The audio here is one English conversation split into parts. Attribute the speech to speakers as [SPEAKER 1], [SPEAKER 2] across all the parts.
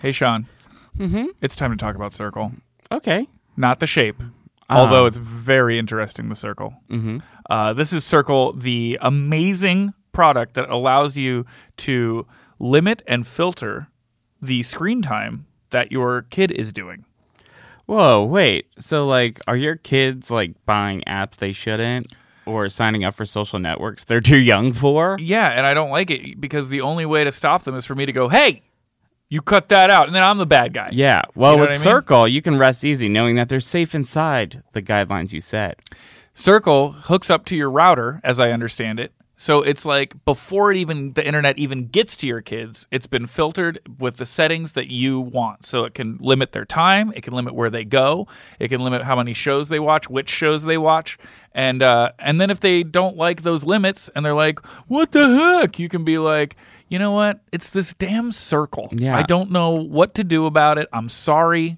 [SPEAKER 1] Hey, Sean. Mm-hmm. It's time to talk about circle.
[SPEAKER 2] Okay.
[SPEAKER 1] Not the shape, although it's very interesting, the circle. Ah. Mm-hmm. Uh, this is Circle, the amazing product that allows you to limit and filter the screen time that your kid is doing.
[SPEAKER 2] Whoa, wait. So, like, are your kids like buying apps they shouldn't or signing up for social networks they're too young for?
[SPEAKER 1] Yeah, and I don't like it because the only way to stop them is for me to go, hey, you cut that out, and then I'm the bad guy.
[SPEAKER 2] Yeah. Well,
[SPEAKER 1] You know
[SPEAKER 2] with
[SPEAKER 1] what I mean?
[SPEAKER 2] Circle, you can rest easy knowing that they're safe inside the guidelines you set.
[SPEAKER 1] Circle hooks up to your router, as I understand it. So it's like before it even the internet even gets to your kids, it's been filtered with the settings that you want. So it can limit their time, it can limit where they go, it can limit how many shows they watch, which shows they watch, and uh, and then if they don't like those limits and they're like, "What the heck?" You can be like, "You know what? It's this damn circle.
[SPEAKER 2] Yeah.
[SPEAKER 1] I don't know what to do about it. I'm sorry.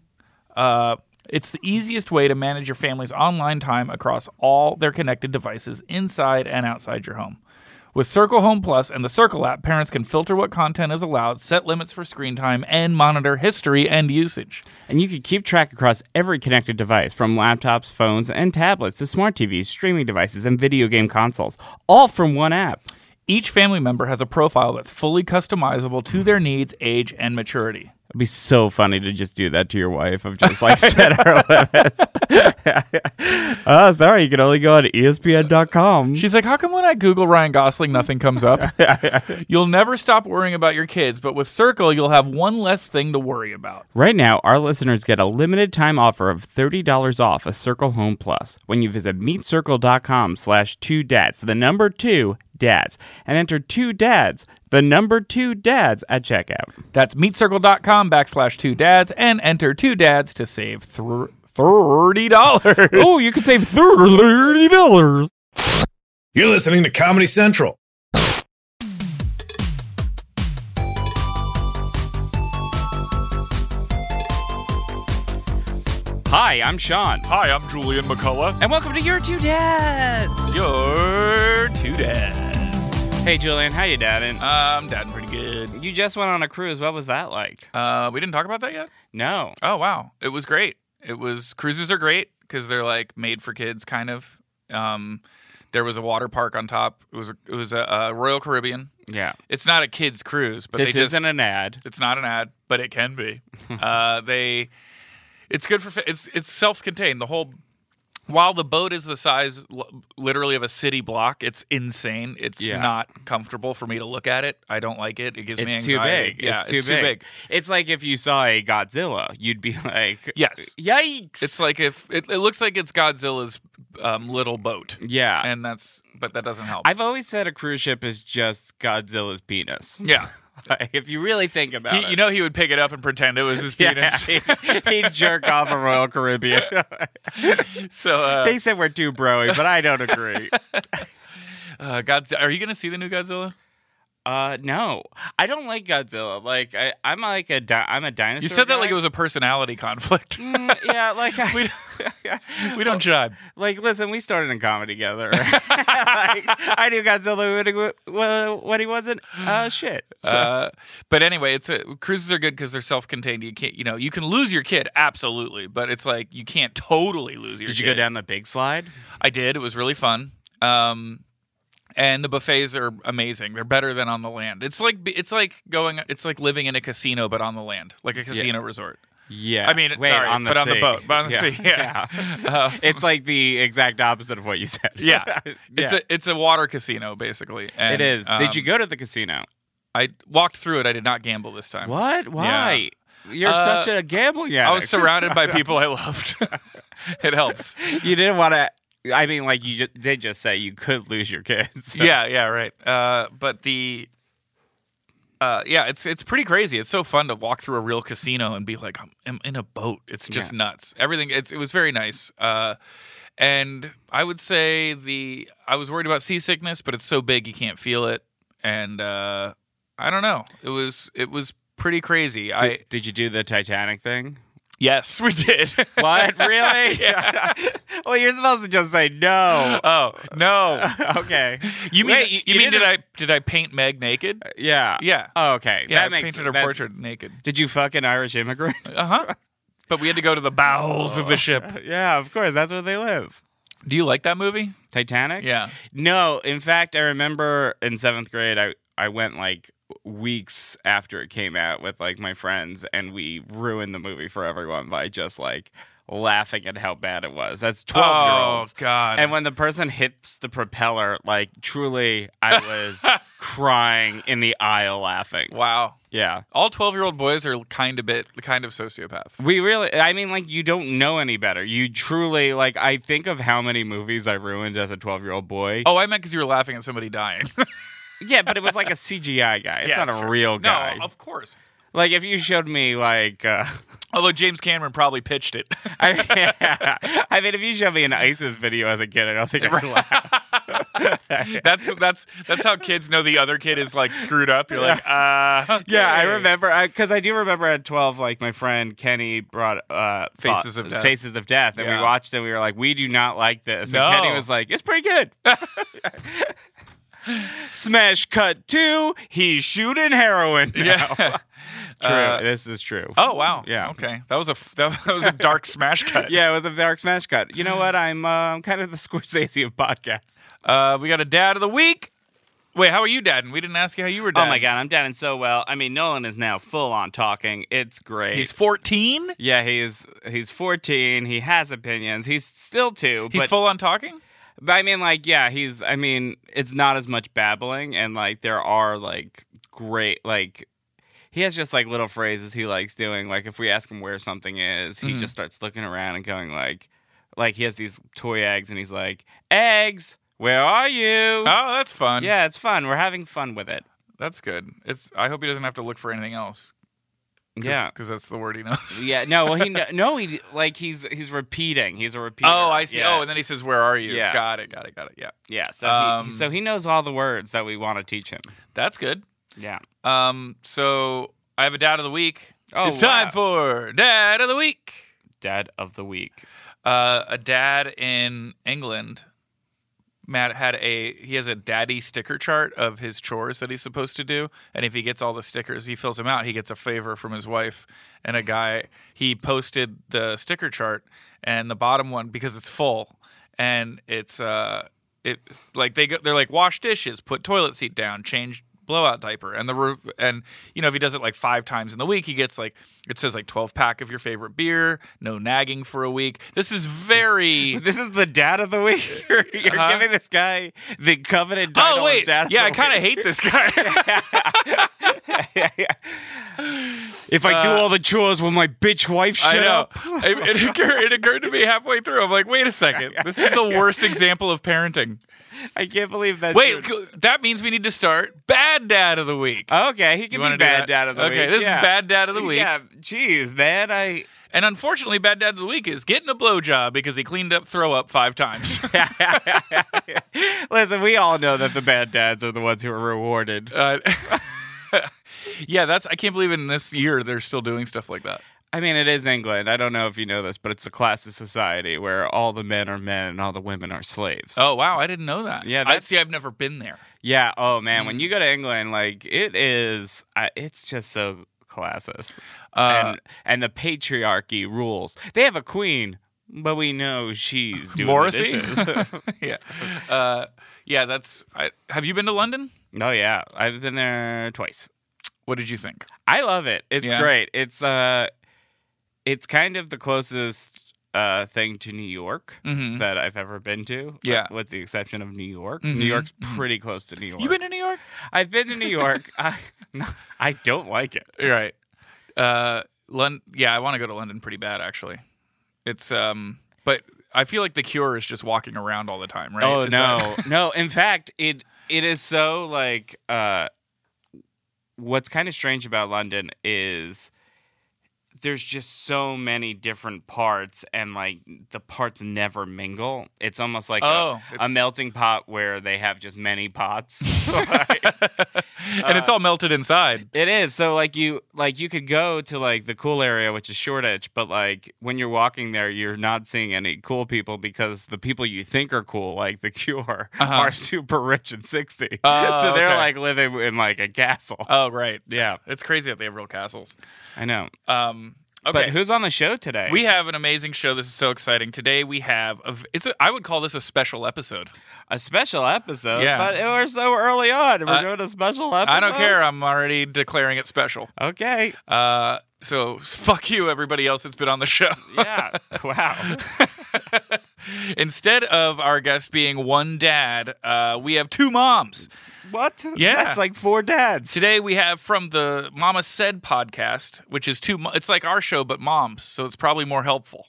[SPEAKER 1] Uh, it's the easiest way to manage your family's online time across all their connected devices inside and outside your home. With Circle Home Plus and the Circle app, parents can filter what content is allowed, set limits for screen time, and monitor history and usage.
[SPEAKER 2] And you can keep track across every connected device, from laptops, phones, and tablets to smart TVs, streaming devices, and video game consoles, all from one app.
[SPEAKER 1] Each family member has a profile that's fully customizable to their needs, age, and maturity.
[SPEAKER 2] It'd be so funny to just do that to your wife of just like set her limits. oh, sorry, you can only go on E ESPN.com.
[SPEAKER 1] She's like, How come when I Google Ryan Gosling, nothing comes up? you'll never stop worrying about your kids, but with Circle, you'll have one less thing to worry about.
[SPEAKER 2] Right now, our listeners get a limited time offer of $30 off a Circle Home Plus when you visit meetcircle.com slash two dads, the number two dads, and enter two dads, the number two dads at checkout.
[SPEAKER 1] That's meetcircle.com backslash two dads and enter two dads to save thr $30.
[SPEAKER 2] Oh, you could save $30.
[SPEAKER 3] You're listening to Comedy Central.
[SPEAKER 2] Hi, I'm Sean.
[SPEAKER 1] Hi, I'm Julian McCullough.
[SPEAKER 2] And welcome to Your Two Dads.
[SPEAKER 1] You're two dads.
[SPEAKER 2] Hey, Julian, how you dadding? Uh,
[SPEAKER 1] I'm dadding Um, pretty good.
[SPEAKER 2] you just went on a cruise. What was that like?
[SPEAKER 1] Uh, we didn't talk about that yet?
[SPEAKER 2] No.
[SPEAKER 1] Oh, wow. It was great. It was, cruises are great because they're like made for kids, kind of. Um, there was a water park on top. It was, it was a, a Royal Caribbean.
[SPEAKER 2] Yeah.
[SPEAKER 1] It's not a kids' cruise, but
[SPEAKER 2] this
[SPEAKER 1] they just,
[SPEAKER 2] isn't an ad.
[SPEAKER 1] It's not an ad, but it can be. uh, they, it's good for fa- it's it's self-contained. The whole while the boat is the size l- literally of a city block, it's insane. It's
[SPEAKER 2] Yeah.
[SPEAKER 1] not comfortable for me to look at it. I don't like it. It gives me
[SPEAKER 2] It's too
[SPEAKER 1] anxiety.
[SPEAKER 2] big.
[SPEAKER 1] Yeah,
[SPEAKER 2] it's too, big. It's like if you saw a Godzilla, you'd be like,
[SPEAKER 1] Yes.
[SPEAKER 2] yikes!"
[SPEAKER 1] It's like if it, it looks like it's Godzilla's um, little boat,
[SPEAKER 2] yeah.
[SPEAKER 1] and that's but that doesn't help.
[SPEAKER 2] I've always said a cruise ship is just Godzilla's penis.
[SPEAKER 1] yeah,
[SPEAKER 2] Like, if you really think about
[SPEAKER 1] he,
[SPEAKER 2] it,
[SPEAKER 1] you know he would pick it up and pretend it was his
[SPEAKER 2] yeah,
[SPEAKER 1] penis.
[SPEAKER 2] he'd jerk off a Royal Caribbean.
[SPEAKER 1] so uh,
[SPEAKER 2] they said we're too broy, but I don't agree.
[SPEAKER 1] uh, Godz- are you going to see the new Godzilla?
[SPEAKER 2] Uh, no, I don't like Godzilla. Like I, I'm like a di- I'm a dinosaur.
[SPEAKER 1] You said that like
[SPEAKER 2] guy.
[SPEAKER 1] it was a personality conflict.
[SPEAKER 2] Mm, yeah, like I,
[SPEAKER 1] We don't jive.
[SPEAKER 2] like listen, we started in comedy together. like, I knew Godzilla when, when- when he wasn't uh shit. So,
[SPEAKER 1] Uh, but anyway, it's a, cruises are good because they're self-contained. You can't, you know, you can lose your kid absolutely, but it's like you can't totally lose your.
[SPEAKER 2] did you
[SPEAKER 1] kid.
[SPEAKER 2] go down the big slide?
[SPEAKER 1] I did. It was really fun. Um, and the buffets are amazing. They're better than on the land. It's like it's like going. It's like living in a casino, but on the land, like a casino resort.
[SPEAKER 2] Yeah,
[SPEAKER 1] I mean,
[SPEAKER 2] Wait,
[SPEAKER 1] sorry,
[SPEAKER 2] on the
[SPEAKER 1] but on the
[SPEAKER 2] sea.
[SPEAKER 1] boat, but on the sea, yeah. Uh,
[SPEAKER 2] it's like the exact opposite of what you said.
[SPEAKER 1] yeah.
[SPEAKER 2] Yeah.
[SPEAKER 1] it's a it's a water casino basically. And,
[SPEAKER 2] it is.
[SPEAKER 1] um,
[SPEAKER 2] Did you go to the casino?
[SPEAKER 1] I walked through it. I did not gamble this time.
[SPEAKER 2] What? Why? You're
[SPEAKER 1] Uh,
[SPEAKER 2] such a gambling addict.
[SPEAKER 1] I was surrounded by people I loved. it helps.
[SPEAKER 2] you didn't want to. I mean, like you just, did just say, you could lose your kids.
[SPEAKER 1] yeah, yeah, right. Uh, but the uh, yeah, it's it's pretty crazy. It's so fun to walk through a real casino and be like, I'm, I'm in a boat. It's just nuts. Everything. It's it was very nice. Uh, and I would say the I was worried about seasickness, but it's so big you can't feel it. And uh, I don't know. It was it was pretty crazy. I
[SPEAKER 2] Did, did you do the Titanic thing?
[SPEAKER 1] Yes, we did.
[SPEAKER 2] What? Really? well, you're supposed to just say no.
[SPEAKER 1] oh no!
[SPEAKER 2] okay.
[SPEAKER 1] You mean
[SPEAKER 2] Wait,
[SPEAKER 1] you,
[SPEAKER 2] you
[SPEAKER 1] mean did
[SPEAKER 2] didn't-
[SPEAKER 1] I did I paint Meg naked?
[SPEAKER 2] Yeah.
[SPEAKER 1] Yeah.
[SPEAKER 2] Oh, okay.
[SPEAKER 1] Yeah,
[SPEAKER 2] that
[SPEAKER 1] I
[SPEAKER 2] makes
[SPEAKER 1] painted her
[SPEAKER 2] that's- Uh-huh.
[SPEAKER 1] portrait naked.
[SPEAKER 2] Did you fuck an Irish immigrant?
[SPEAKER 1] Uh huh. But we had to go to the bowels of the ship.
[SPEAKER 2] yeah, of course. That's where they live.
[SPEAKER 1] Do you like that movie?
[SPEAKER 2] Titanic?
[SPEAKER 1] Yeah.
[SPEAKER 2] No, in fact, I remember in seventh grade, I, I went like weeks after it came out with like my friends, and we ruined the movie for everyone by just like laughing at how bad it was. That's 12 year
[SPEAKER 1] Oh
[SPEAKER 2] olds.
[SPEAKER 1] God.
[SPEAKER 2] And when the person hits the propeller, like truly, I was crying in the aisle laughing.
[SPEAKER 1] wow.
[SPEAKER 2] Yeah.
[SPEAKER 1] All twelve-year-old boys are kind of bit kind of sociopaths.
[SPEAKER 2] We really, I mean, like, you don't know any better. You truly, like, I think of how many movies I ruined as a 12 year old boy.
[SPEAKER 1] Oh, I meant because you were laughing at somebody dying.
[SPEAKER 2] Yeah, but it was like a CGI guy. It's
[SPEAKER 1] Yeah,
[SPEAKER 2] not
[SPEAKER 1] that's
[SPEAKER 2] a
[SPEAKER 1] true.
[SPEAKER 2] real guy.
[SPEAKER 1] No, of course.
[SPEAKER 2] like, if you showed me, like, uh,
[SPEAKER 1] Although James Cameron probably pitched it.
[SPEAKER 2] I, I mean, if you showed me an ISIS video as a kid, I don't think I'd laugh.
[SPEAKER 1] that's that's that's how kids know the other kid is like screwed up. You're like, uh
[SPEAKER 2] Yeah, I
[SPEAKER 1] okay.
[SPEAKER 2] remember because I, do remember at twelve, like my friend Kenny brought uh,
[SPEAKER 1] Faces of
[SPEAKER 2] uh,
[SPEAKER 1] Death.
[SPEAKER 2] Faces of Death, and
[SPEAKER 1] Yeah.
[SPEAKER 2] we watched it. and We were like, we do not like this.
[SPEAKER 1] No.
[SPEAKER 2] And Kenny was like, it's pretty good. Smash cut two. He's shooting heroin. Now.
[SPEAKER 1] Yeah.
[SPEAKER 2] true.
[SPEAKER 1] Uh,
[SPEAKER 2] this is true.
[SPEAKER 1] Oh wow.
[SPEAKER 2] Yeah.
[SPEAKER 1] Okay. That was a f- that, that was a dark smash cut.
[SPEAKER 2] Yeah, it was a dark smash cut. You know what? I'm uh, I'm kind of the Scorsese of podcasts.
[SPEAKER 1] Uh, we got a dad of the week. Wait, how are you, dad? And we didn't ask you how you were. Dad.
[SPEAKER 2] Oh my god, I'm down and so well. I mean, Nolan is now full on talking. It's great.
[SPEAKER 1] He's 14.
[SPEAKER 2] Yeah, he's he's 14. He has opinions. He's still two.
[SPEAKER 1] He's
[SPEAKER 2] but,
[SPEAKER 1] full on talking.
[SPEAKER 2] but I mean, like, yeah, he's. I mean, it's not as much babbling, and like there are like great like. He has just like little phrases he likes doing. Like if we ask him where something is, he
[SPEAKER 1] Mhm.
[SPEAKER 2] just starts looking around and going like, like he has these toy eggs, and he's like, eggs, where are you?
[SPEAKER 1] Oh, that's fun.
[SPEAKER 2] Yeah, it's fun. We're having fun with it.
[SPEAKER 1] that's good. It's. I hope he doesn't have to look for anything else.
[SPEAKER 2] Yeah.
[SPEAKER 1] because that's the word he knows.
[SPEAKER 2] Yeah, no, well, he kn- no, he like he's he's repeating. He's a repeater.
[SPEAKER 1] Oh, I see.
[SPEAKER 2] Yeah.
[SPEAKER 1] Oh, and then he says, "Where are you?"
[SPEAKER 2] Yeah.
[SPEAKER 1] Got it. Got it. Got it. Yeah,
[SPEAKER 2] Yeah, so
[SPEAKER 1] Um,
[SPEAKER 2] he, so he knows all the words that we want to teach him.
[SPEAKER 1] that's good.
[SPEAKER 2] Yeah.
[SPEAKER 1] Um, so I have a dad of the week.
[SPEAKER 2] Oh,
[SPEAKER 1] it's time
[SPEAKER 2] wow.
[SPEAKER 1] for dad of the week.
[SPEAKER 2] Dad of the week.
[SPEAKER 1] Uh, a dad in England. Matt had a he has a daddy sticker chart of his chores that he's supposed to do, and if he gets all the stickers, he fills them out. He gets a favor from his wife, and a guy he posted the sticker chart and the bottom one because it's full, and it's uh it like they go, they're like wash dishes, put toilet seat down, change blowout diaper, and the re- and you know if he does it like five times in the week, he gets like it says like twelve pack of your favorite beer, no nagging for a week. This is very
[SPEAKER 2] This is the dad of the week. You're, you're
[SPEAKER 1] Uh-huh.
[SPEAKER 2] giving this guy the coveted title
[SPEAKER 1] oh wait
[SPEAKER 2] of dad.
[SPEAKER 1] yeah I
[SPEAKER 2] of the
[SPEAKER 1] kind of hate this guy.
[SPEAKER 2] week. if I do all the chores, will my bitch wife shut
[SPEAKER 1] uh, I know.
[SPEAKER 2] up?
[SPEAKER 1] It, it, occurred, it occurred to me halfway through. I'm like, wait a second. This is the worst example of parenting.
[SPEAKER 2] I can't believe that.
[SPEAKER 1] Wait,
[SPEAKER 2] dude-
[SPEAKER 1] c- that means we need to start bad dad of the week.
[SPEAKER 2] Okay, he
[SPEAKER 1] You
[SPEAKER 2] can
[SPEAKER 1] wanna
[SPEAKER 2] be
[SPEAKER 1] do
[SPEAKER 2] bad
[SPEAKER 1] that?
[SPEAKER 2] dad of the
[SPEAKER 1] okay,
[SPEAKER 2] week.
[SPEAKER 1] this
[SPEAKER 2] yeah.
[SPEAKER 1] is bad dad of the week.
[SPEAKER 2] Yeah, jeez, man. I
[SPEAKER 1] And unfortunately, bad dad of the week is getting a blowjob because he cleaned up throw up five times.
[SPEAKER 2] listen. We all know that the bad dads are the ones who are rewarded.
[SPEAKER 1] Uh, yeah, that's I can't believe in this year they're still doing stuff like that.
[SPEAKER 2] I mean, it is England. I don't know if you know this, but it's a classist society where all the men are men and all the women are slaves.
[SPEAKER 1] Oh wow, I didn't know that.
[SPEAKER 2] Yeah,
[SPEAKER 1] I
[SPEAKER 2] that's-
[SPEAKER 1] see. I've never been there.
[SPEAKER 2] Yeah. Oh man,
[SPEAKER 1] Mm-hmm.
[SPEAKER 2] when you go to England, like it is, I it's just so classist,
[SPEAKER 1] Uh,
[SPEAKER 2] and and the patriarchy rules. They have a queen, but we know she's doing
[SPEAKER 1] Morrissey?
[SPEAKER 2] The dishes. Oh,
[SPEAKER 1] yeah, uh, yeah. That's. I, have you been to London?
[SPEAKER 2] oh yeah, I've been there twice.
[SPEAKER 1] What did you think?
[SPEAKER 2] I love it. It's
[SPEAKER 1] Yeah.
[SPEAKER 2] great. It's uh, it's kind of the closest uh thing to New York.
[SPEAKER 1] Mm-hmm.
[SPEAKER 2] that I've ever been to.
[SPEAKER 1] Yeah.
[SPEAKER 2] with the exception of New York.
[SPEAKER 1] Mhm.
[SPEAKER 2] New York's pretty close to New York.
[SPEAKER 1] You been to New York?
[SPEAKER 2] I've been to New York. I, I don't like it.
[SPEAKER 1] You're right. Uh, Lon- yeah, I want to go to London pretty bad actually. It's um, but I feel like the cure is just walking around all the time, right?
[SPEAKER 2] Oh
[SPEAKER 1] Is
[SPEAKER 2] no,
[SPEAKER 1] that-
[SPEAKER 2] no. In fact, it it is so like uh, what's kind of strange about London is there's just so many different parts and like the parts never mingle. It's almost like a-
[SPEAKER 1] Oh,
[SPEAKER 2] a,
[SPEAKER 1] it's-
[SPEAKER 2] melting pot where they have just many pots.
[SPEAKER 1] and
[SPEAKER 2] uh,
[SPEAKER 1] it's all melted inside.
[SPEAKER 2] it is. So like you like you could go to like the cool area which is Shoreditch, but like when you're walking there you're not seeing any cool people because the people you think are cool like The Cure
[SPEAKER 1] Uh-huh.
[SPEAKER 2] are super rich and 60.
[SPEAKER 1] Oh,
[SPEAKER 2] so they're
[SPEAKER 1] okay.
[SPEAKER 2] like living in like a castle.
[SPEAKER 1] Oh, right.
[SPEAKER 2] yeah,
[SPEAKER 1] It's crazy that they have real castles.
[SPEAKER 2] I know.
[SPEAKER 1] Um, okay.
[SPEAKER 2] But who's on the show today?
[SPEAKER 1] we have an amazing show. This is so exciting. Today we have a, v- it's a, I would call this a special episode.
[SPEAKER 2] a special episode.
[SPEAKER 1] Yeah.
[SPEAKER 2] But it- we're so early on. We're
[SPEAKER 1] Uh,
[SPEAKER 2] doing a special episode.
[SPEAKER 1] I don't care. I'm already declaring it special.
[SPEAKER 2] Okay.
[SPEAKER 1] Uh, so fuck you, everybody else that's been on the show.
[SPEAKER 2] Yeah. wow.
[SPEAKER 1] Instead of our guest being one dad, uh, we have two moms.
[SPEAKER 2] What?
[SPEAKER 1] Yeah.
[SPEAKER 2] That's like four dads.
[SPEAKER 1] Today we have from the Mama Said podcast, which is two. mo- It's like our show, but moms, so it's probably more helpful.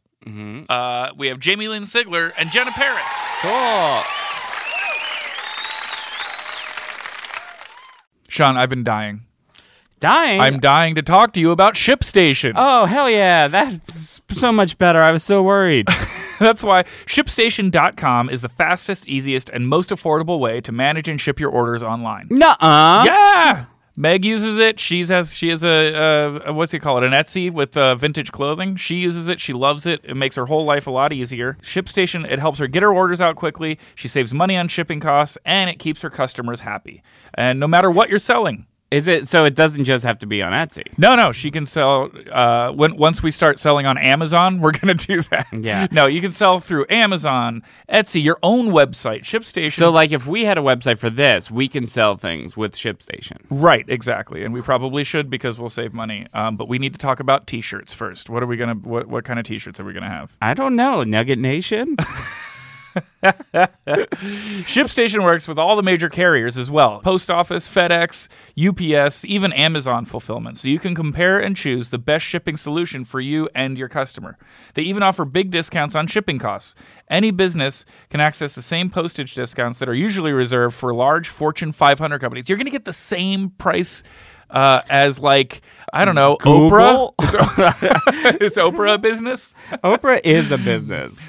[SPEAKER 1] Uh, we have Jamie Lynn Sigler and Jenna Paris.
[SPEAKER 2] Cool.
[SPEAKER 1] Sean, I've been dying.
[SPEAKER 2] Dying.
[SPEAKER 1] I'm dying to talk to you about Ship Station.
[SPEAKER 2] Oh hell yeah! That's so much better. I was so worried.
[SPEAKER 1] That's why ShipStation.com is the fastest, easiest, and most affordable way to manage and ship your orders online.
[SPEAKER 2] Nuh-uh.
[SPEAKER 1] Yeah. Meg uses it. She's has she has a, a what's he call it an Etsy with uh, vintage clothing. She uses it. She loves it. It makes her whole life a lot easier. ShipStation it helps her get her orders out quickly. She saves money on shipping costs and it keeps her customers happy. And no matter what you're selling,
[SPEAKER 2] Is it so? It doesn't just have to be on Etsy.
[SPEAKER 1] no, no, she can sell. Uh, when once we start selling on Amazon, we're gonna do that.
[SPEAKER 2] Yeah.
[SPEAKER 1] No, you can sell through Amazon, Etsy, your own website, ShipStation.
[SPEAKER 2] So like, if we had a website for this, we can sell things with ShipStation.
[SPEAKER 1] Right, exactly, and we probably should because we'll save money. Um, but we need to talk about T-shirts first. What are we gonna? What, what kind of T-shirts are we gonna have?
[SPEAKER 2] I don't know, Nugget Nation.
[SPEAKER 1] ShipStation works with all the major carriers as well: post office, FedEx, UPS, even Amazon fulfillment. So you can compare and choose the best shipping solution for you and your customer. They even offer big discounts on shipping costs. Any business can access the same postage discounts that are usually reserved for large Fortune 500 companies. You're gonna get the same price. Uh, as like I don't know, Oprah.
[SPEAKER 2] Google?
[SPEAKER 1] it's Oprah business.
[SPEAKER 2] Oprah is a business.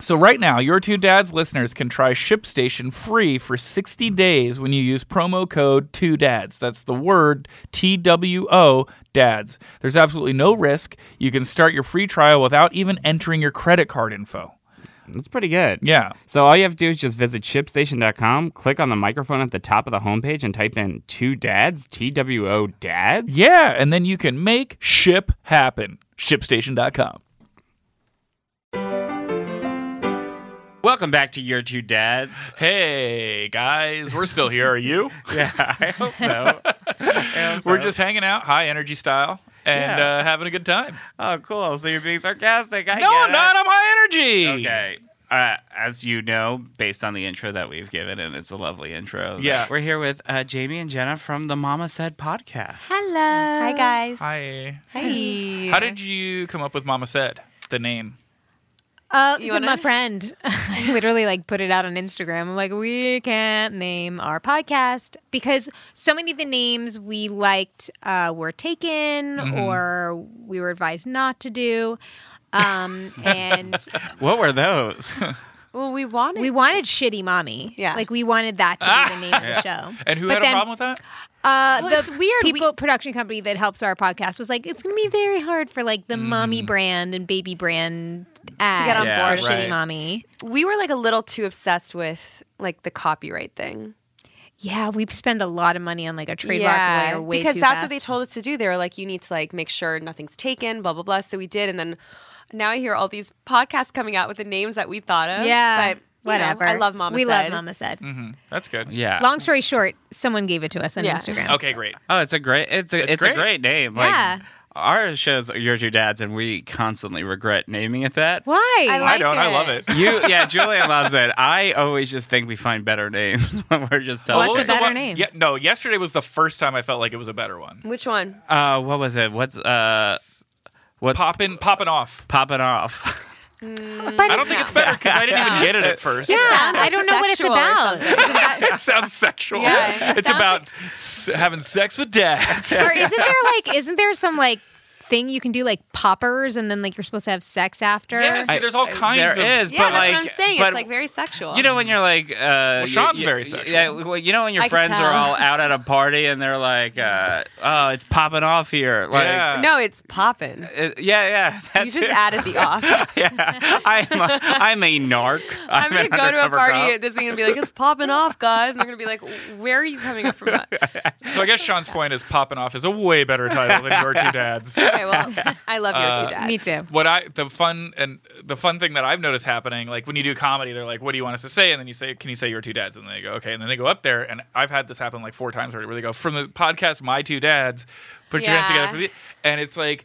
[SPEAKER 1] So right now, your two dads listeners can try ShipStation free for 60 days when you use promo code 2dads. That's the word T W O dads. There's absolutely no risk. You can start your free trial without even entering your credit card info.
[SPEAKER 2] That's pretty good.
[SPEAKER 1] Yeah.
[SPEAKER 2] So all you have to do is just visit shipstation.com, click on the microphone at the top of the homepage, and type in two dads, T W O dads.
[SPEAKER 1] Yeah, and then you can make ship happen. ShipStation.com.
[SPEAKER 2] Welcome back to your two dads.
[SPEAKER 1] Hey guys, we're still here. Are you?
[SPEAKER 2] Yeah, I hope so. I hope
[SPEAKER 1] We're
[SPEAKER 2] so.
[SPEAKER 1] just hanging out, high energy style, and
[SPEAKER 2] Yeah.
[SPEAKER 1] uh, having a good time.
[SPEAKER 2] oh cool. So you're being sarcastic. I
[SPEAKER 1] No,
[SPEAKER 2] get
[SPEAKER 1] I'm not. I'm high energy.
[SPEAKER 2] It.
[SPEAKER 4] Okay. Uh, as you know, based on the intro that we've given, and it's a lovely intro.
[SPEAKER 1] Yeah.
[SPEAKER 2] We're here with uh, Jamie and Jenna from the Mama Said podcast.
[SPEAKER 5] Hello. Hi guys.
[SPEAKER 1] Hi.
[SPEAKER 5] Hey.
[SPEAKER 1] How did you come up with Mama Said, the name?
[SPEAKER 6] Uh,
[SPEAKER 5] You
[SPEAKER 6] so
[SPEAKER 5] wanna-
[SPEAKER 6] my friend, I literally like put it out on Instagram. I'm like, we can't name our podcast because so many of the names we liked uh, were taken
[SPEAKER 5] Mm-hmm.
[SPEAKER 6] or we were advised not to do. Um, and
[SPEAKER 2] What were those?
[SPEAKER 5] Well, we wanted.
[SPEAKER 6] we wanted shitty mommy.
[SPEAKER 5] Yeah.
[SPEAKER 6] like we wanted that to be the name of the show.
[SPEAKER 1] And who
[SPEAKER 6] But
[SPEAKER 1] had
[SPEAKER 6] then,
[SPEAKER 1] a problem with that?
[SPEAKER 6] Uh,
[SPEAKER 5] Well,
[SPEAKER 6] the
[SPEAKER 5] it's weird, we-
[SPEAKER 6] People production company that helps our podcast was like, it's gonna be very hard for like the mommy brand and baby brand ads
[SPEAKER 5] Mm-hmm. get on
[SPEAKER 6] for
[SPEAKER 5] board.
[SPEAKER 6] shitty
[SPEAKER 1] Right.
[SPEAKER 6] mommy.
[SPEAKER 5] we were like a little too obsessed with like the copyright thing.
[SPEAKER 6] Yeah, we spend a lot of money on like a trademark lawyer way
[SPEAKER 5] because
[SPEAKER 6] too
[SPEAKER 5] that's
[SPEAKER 6] fast.
[SPEAKER 5] what they told us to do. They were like, you need to like make sure nothing's taken, blah blah blah. So we did, and then now I hear all these podcasts coming out with the names that we thought of.
[SPEAKER 6] Yeah,
[SPEAKER 5] but you know,
[SPEAKER 6] whatever.
[SPEAKER 5] I love Mama.
[SPEAKER 6] We love
[SPEAKER 5] Said.
[SPEAKER 6] Mama said.
[SPEAKER 1] Mm. Mm-hmm. That's good.
[SPEAKER 2] yeah.
[SPEAKER 6] Long story short, someone gave it to us on
[SPEAKER 5] Yeah.
[SPEAKER 6] Instagram.
[SPEAKER 1] Okay, great.
[SPEAKER 4] Oh, it's a great. It's a. It's,
[SPEAKER 1] great.
[SPEAKER 4] a great name.
[SPEAKER 6] Yeah.
[SPEAKER 4] Like, our show's your two dads, and we constantly regret naming it that.
[SPEAKER 6] Why?
[SPEAKER 5] I
[SPEAKER 1] I
[SPEAKER 5] like
[SPEAKER 1] don't. I
[SPEAKER 5] it.
[SPEAKER 1] love it.
[SPEAKER 4] You, yeah, Julian loves it. I always just think we find better names when we're just
[SPEAKER 6] What's
[SPEAKER 4] telling.
[SPEAKER 6] a
[SPEAKER 1] was the
[SPEAKER 6] better
[SPEAKER 1] one-
[SPEAKER 6] name?
[SPEAKER 1] Yeah, no, yesterday was the first time I felt like it was a better one.
[SPEAKER 5] Which one?
[SPEAKER 4] Uh, what was it? What's uh,
[SPEAKER 1] Popping, popping off.
[SPEAKER 4] popping off?
[SPEAKER 6] but
[SPEAKER 1] I don't think it's better because I didn't even get it at first.
[SPEAKER 6] Yeah,
[SPEAKER 5] sounds
[SPEAKER 6] I
[SPEAKER 5] like
[SPEAKER 6] don't know what it's
[SPEAKER 5] sexual or
[SPEAKER 6] about.
[SPEAKER 5] something.
[SPEAKER 6] Is it about-
[SPEAKER 1] It sounds sexual.
[SPEAKER 5] Yeah, it
[SPEAKER 1] it's
[SPEAKER 5] sounds
[SPEAKER 1] about s- having sex with dads.
[SPEAKER 6] or isn't there like isn't there some like thing you can do like poppers, and then like you're supposed to have sex after?
[SPEAKER 1] Yeah, see, there's all kinds
[SPEAKER 2] there
[SPEAKER 1] of.
[SPEAKER 2] is,
[SPEAKER 5] yeah,
[SPEAKER 2] but
[SPEAKER 5] that's
[SPEAKER 2] like,
[SPEAKER 5] what I'm saying.
[SPEAKER 2] but
[SPEAKER 5] it's like very sexual.
[SPEAKER 2] You know when you're like, uh, well,
[SPEAKER 1] Sean's very sexual.
[SPEAKER 2] Yeah, well, you know when your
[SPEAKER 5] I can
[SPEAKER 2] friends are
[SPEAKER 5] tell.
[SPEAKER 2] all out at a party and they're like, uh, "Oh, it's popping off here." Like,
[SPEAKER 1] Yeah.
[SPEAKER 5] no, it's popping.
[SPEAKER 2] it- yeah, yeah. That
[SPEAKER 5] You
[SPEAKER 2] too.
[SPEAKER 5] just added the off.
[SPEAKER 2] yeah, I'm a, I'm a narc.
[SPEAKER 5] I'm
[SPEAKER 2] an
[SPEAKER 5] gonna go to a
[SPEAKER 2] undercover
[SPEAKER 5] party
[SPEAKER 2] cop.
[SPEAKER 5] this weekend and be like, "It's popping off, guys," and they're gonna be like, "Where are you coming up from that?"
[SPEAKER 1] So I guess Sean's point is popping off is a way better title than your two dads.
[SPEAKER 5] Okay, well,
[SPEAKER 1] Uh,
[SPEAKER 5] I love your two dads.
[SPEAKER 6] me too.
[SPEAKER 1] What I the fun and the fun thing that I've noticed happening, like when you do comedy, they're like, "What do you want us to say?" And then you say, "Can you say your two dads?" And they go, "Okay." And then they go up there, and I've had this happen like four times already, where they go from the podcast "My Two Dads," put your hands
[SPEAKER 5] Yeah.
[SPEAKER 1] together, for the, and it's like.